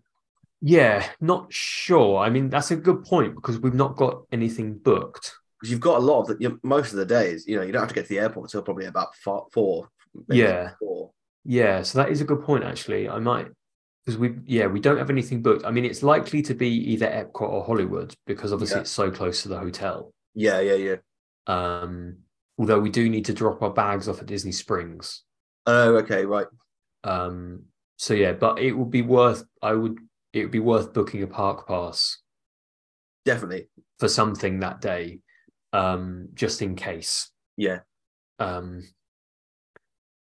Speaker 2: Yeah, not sure. I mean, that's a good point because we've not got anything booked.
Speaker 1: Because you've got a lot of the, you most of the days, you know, you don't have to get to the airport until probably about four. four maybe
Speaker 2: Yeah.
Speaker 1: Four.
Speaker 2: Yeah, so that is a good point actually. I might because we yeah, we don't have anything booked. I mean, it's likely to be either Epcot or Hollywood because obviously
Speaker 1: Yeah.
Speaker 2: it's so close to the hotel.
Speaker 1: Yeah. Yeah. Yeah.
Speaker 2: Um although we do need to drop our bags off at Disney Springs.
Speaker 1: Oh, okay. Right.
Speaker 2: Um so yeah, but it would be worth I would it would be worth booking a park pass
Speaker 1: Definitely.
Speaker 2: for something that day um just in case.
Speaker 1: Yeah.
Speaker 2: Um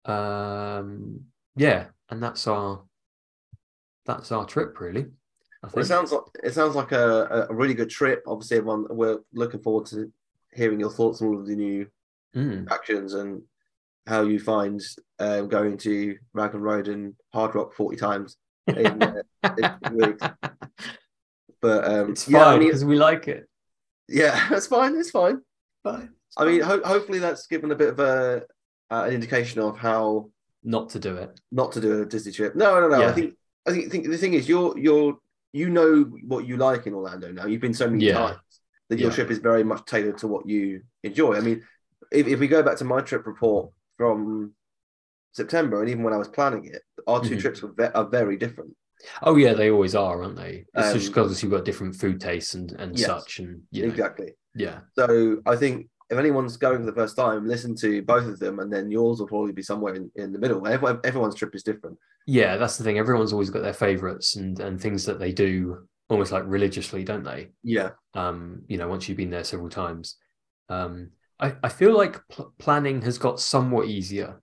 Speaker 2: um yeah, and that's our that's our trip really. I
Speaker 1: Well,
Speaker 2: think.
Speaker 1: it sounds like it sounds like a, a really good trip. Obviously, everyone we're looking forward to hearing your thoughts on all of the new
Speaker 2: Mm,
Speaker 1: actions and how you find um, going to Raglan Road and Hard Rock 40 times. in, uh, in weeks. But um,
Speaker 2: It's
Speaker 1: yeah, I
Speaker 2: fine
Speaker 1: mean,
Speaker 2: because we like it.
Speaker 1: yeah, that's fine. It's fine.
Speaker 2: Fine.
Speaker 1: I mean, ho- hopefully that's given a bit of a uh, an indication of how
Speaker 2: Not to do it.
Speaker 1: not to do a Disney trip. No, no, no. I
Speaker 2: Yeah.
Speaker 1: think I think, think the thing is you're you're you know what you like in Orlando now. You've been so many
Speaker 2: Yeah.
Speaker 1: times that your
Speaker 2: Yeah.
Speaker 1: trip is very much tailored to what you enjoy. I mean, if, if we go back to my trip report from September and even when I was planning it, our 2
Speaker 2: Mhm.
Speaker 1: trips were ve- are very different.
Speaker 2: Oh yeah, they always are, aren't they? It's
Speaker 1: Um,
Speaker 2: just because you've got different food tastes and and
Speaker 1: Yes.
Speaker 2: such, and you know,
Speaker 1: Exactly.
Speaker 2: yeah,
Speaker 1: So I think if anyone's going for the first time, listen to both of them, and then yours will probably be somewhere in, in the middle. Everyone, everyone's trip is different.
Speaker 2: yeah. That's the thing. Everyone's always got their favorites and and things that they do almost like religiously, don't they?
Speaker 1: Yeah.
Speaker 2: um, you know, once you've been there several times. Um, I, I feel like pl- planning has got somewhat easier.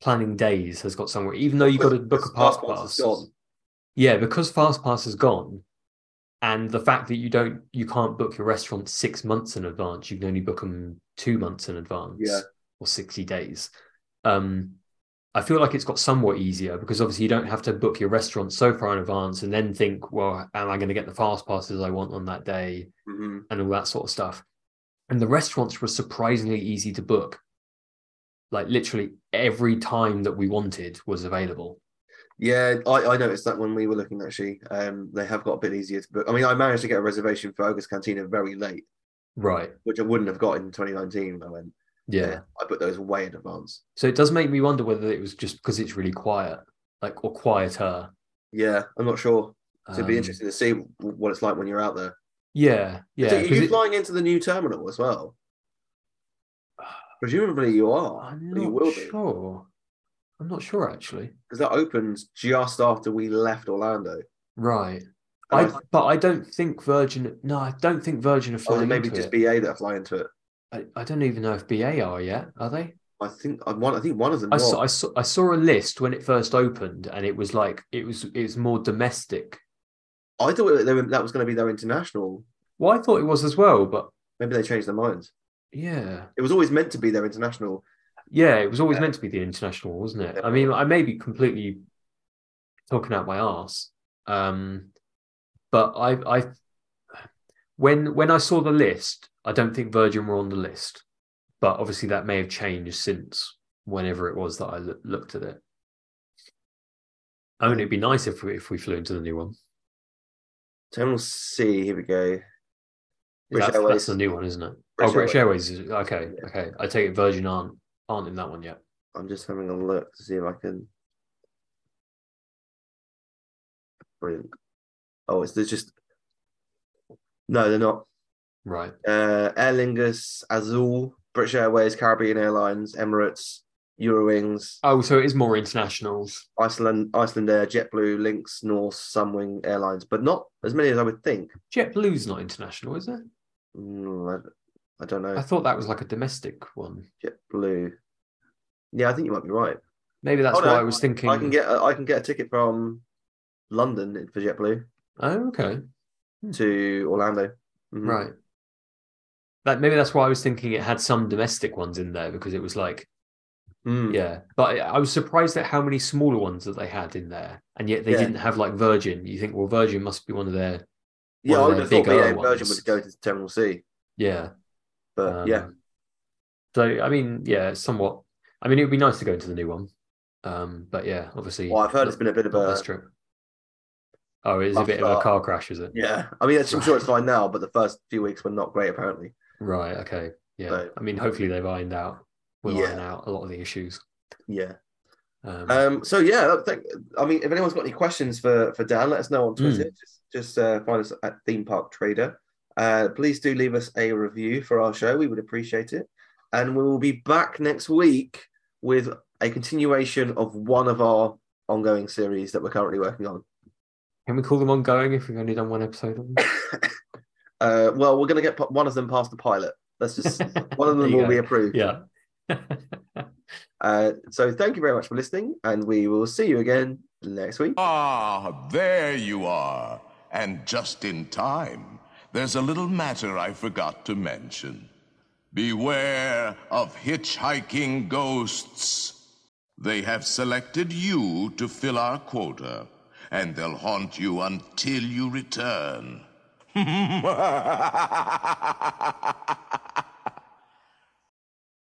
Speaker 2: Planning days has got somewhat, even though you've got to book a
Speaker 1: Fast
Speaker 2: pass
Speaker 1: Pass
Speaker 2: pass.
Speaker 1: is gone.
Speaker 2: Yeah, because fast pass is gone, and the fact that you don't, you can't book your restaurant six months in advance. You can only book them two months in advance,
Speaker 1: Yeah.
Speaker 2: or sixty days. Um, I feel like it's got somewhat easier because obviously you don't have to book your restaurant so far in advance and then think, well, am I going to get the fast passes I want on that day?
Speaker 1: Mhm.
Speaker 2: and all that sort of stuff. And the restaurants were surprisingly easy to book. Like literally every time that we wanted was available.
Speaker 1: Yeah, I, I noticed that when we were looking actually. Um, they have got a bit easier to book. I mean, I managed to get a reservation for August Cantina very late,
Speaker 2: Right.
Speaker 1: which I wouldn't have got in 2019 when I went.
Speaker 2: Yeah.
Speaker 1: I put those way in advance.
Speaker 2: So it does make me wonder whether it was just because it's really quiet, like or quieter.
Speaker 1: Yeah, I'm not sure. So it'd be
Speaker 2: Um,
Speaker 1: interesting to see w- what it's like when you're out there.
Speaker 2: Yeah. Yeah.
Speaker 1: so are
Speaker 2: 'cause
Speaker 1: you
Speaker 2: it-
Speaker 1: flying into the new terminal as well? Presumably you are.
Speaker 2: I'm
Speaker 1: or you
Speaker 2: not
Speaker 1: will be.
Speaker 2: sure. I'm not sure actually.
Speaker 1: because that opens just after we left Orlando.
Speaker 2: Right.
Speaker 1: And
Speaker 2: I, but I don't think Virgin. No, I don't think Virgin
Speaker 1: I,
Speaker 2: are
Speaker 1: or
Speaker 2: flying.
Speaker 1: maybe
Speaker 2: into
Speaker 1: just
Speaker 2: it.
Speaker 1: BA that fly into it.
Speaker 2: I, I don't even know if BA are yet. Are they?
Speaker 1: I think I one. I think one of them.
Speaker 2: I
Speaker 1: was.
Speaker 2: saw, I saw I saw a list when it first opened, and it was like it was it was more domestic.
Speaker 1: I thought they were, that was going to be their international.
Speaker 2: Well, I thought it was as well, but
Speaker 1: Maybe they changed their minds.
Speaker 2: yeah,
Speaker 1: It was always meant to be their international.
Speaker 2: yeah, it was always
Speaker 1: Yeah.
Speaker 2: meant to be the international, wasn't it?
Speaker 1: Yeah.
Speaker 2: I mean, I may be completely talking out my ass, um, but I I when when I saw the list, I don't think Virgin were on the list, but obviously that may have changed since whenever it was that I loo- looked at it. I mean, it'd be nice if we if we flew into the new one.
Speaker 1: Terminal C. Here we go. British
Speaker 2: That's, that's
Speaker 1: Airways.
Speaker 2: the new one, isn't it?
Speaker 1: British
Speaker 2: oh, British Airways. is okay.
Speaker 1: Yeah.
Speaker 2: Okay, I take it Virgin aren't aren't in that one yet.
Speaker 1: I'm just having a look to see if I can. Brilliant. Oh, it's there's just. No, they're not.
Speaker 2: Right.
Speaker 1: uh, Aer Lingus, Azul, British Airways, Caribbean Airlines, Emirates, Eurowings,
Speaker 2: Oh, so it is more internationals.
Speaker 1: Iceland, Iceland Air, JetBlue, Lynx, Norse, Sunwing Airlines, but not as many as I would think.
Speaker 2: JetBlue's not international, is it?
Speaker 1: Mm, I, I don't
Speaker 2: I
Speaker 1: know.
Speaker 2: thought that was like a domestic one.
Speaker 1: JetBlue. Yeah, I think you might be right.
Speaker 2: Maybe that's
Speaker 1: Oh, no,
Speaker 2: why I was thinking.
Speaker 1: I can get a, I can get a ticket from London for JetBlue
Speaker 2: Oh, okay.
Speaker 1: Mm. to Orlando. Mhm.
Speaker 2: Right. That maybe that's why I was thinking it had some domestic ones in there because it was like
Speaker 1: Mm.
Speaker 2: yeah. But I I was surprised at how many smaller ones that they had in there, and yet they
Speaker 1: Yeah.
Speaker 2: didn't have like Virgin. You think well, Virgin must be one of their
Speaker 1: Yeah, I
Speaker 2: One
Speaker 1: would
Speaker 2: of
Speaker 1: have
Speaker 2: their
Speaker 1: thought
Speaker 2: bigger
Speaker 1: BA Virgin
Speaker 2: ones.
Speaker 1: would go to Terminal C,
Speaker 2: yeah.
Speaker 1: but Uh, yeah,
Speaker 2: Um, So I mean, yeah, it's somewhat. I mean, it would be nice to go into the new one, um, but yeah, obviously.
Speaker 1: well, I've heard it's
Speaker 2: not-
Speaker 1: been a bit of
Speaker 2: not
Speaker 1: a
Speaker 2: this trip. Oh, it's a
Speaker 1: rough
Speaker 2: bit of a
Speaker 1: start.
Speaker 2: car crash, is it?
Speaker 1: Yeah, I mean, it's- I'm sure it's fine now, but the first few weeks were not great, apparently.
Speaker 2: Right. Okay. Yeah.
Speaker 1: So-
Speaker 2: I mean, hopefully they've ironed out. Will
Speaker 1: Yeah.
Speaker 2: iron out a lot of the issues.
Speaker 1: Yeah.
Speaker 2: Um,
Speaker 1: Um. So yeah, I think- I mean, if anyone's got any questions for for Dan, let us know on Twitter.
Speaker 2: Hmm.
Speaker 1: Just just uh, find us at Theme Park Trader. Uh, please do leave us a review for our show. We would appreciate it, and we will be back next week with a continuation of one of our ongoing series that we're currently working on.
Speaker 2: can we call them ongoing if we've only done one episode of them?
Speaker 1: Uh, well, we're going to get p- one of them past the pilot. Let's just one of
Speaker 2: There
Speaker 1: them
Speaker 2: you
Speaker 1: will be
Speaker 2: go.
Speaker 1: approved.
Speaker 2: yeah.
Speaker 1: Uh, so thank you very much for listening, and we will see you again next week.
Speaker 5: Ah, there you are. And just in time, there's a little matter I forgot to mention. Beware of hitchhiking ghosts. They have selected you to fill our quota, and they'll haunt you until you return.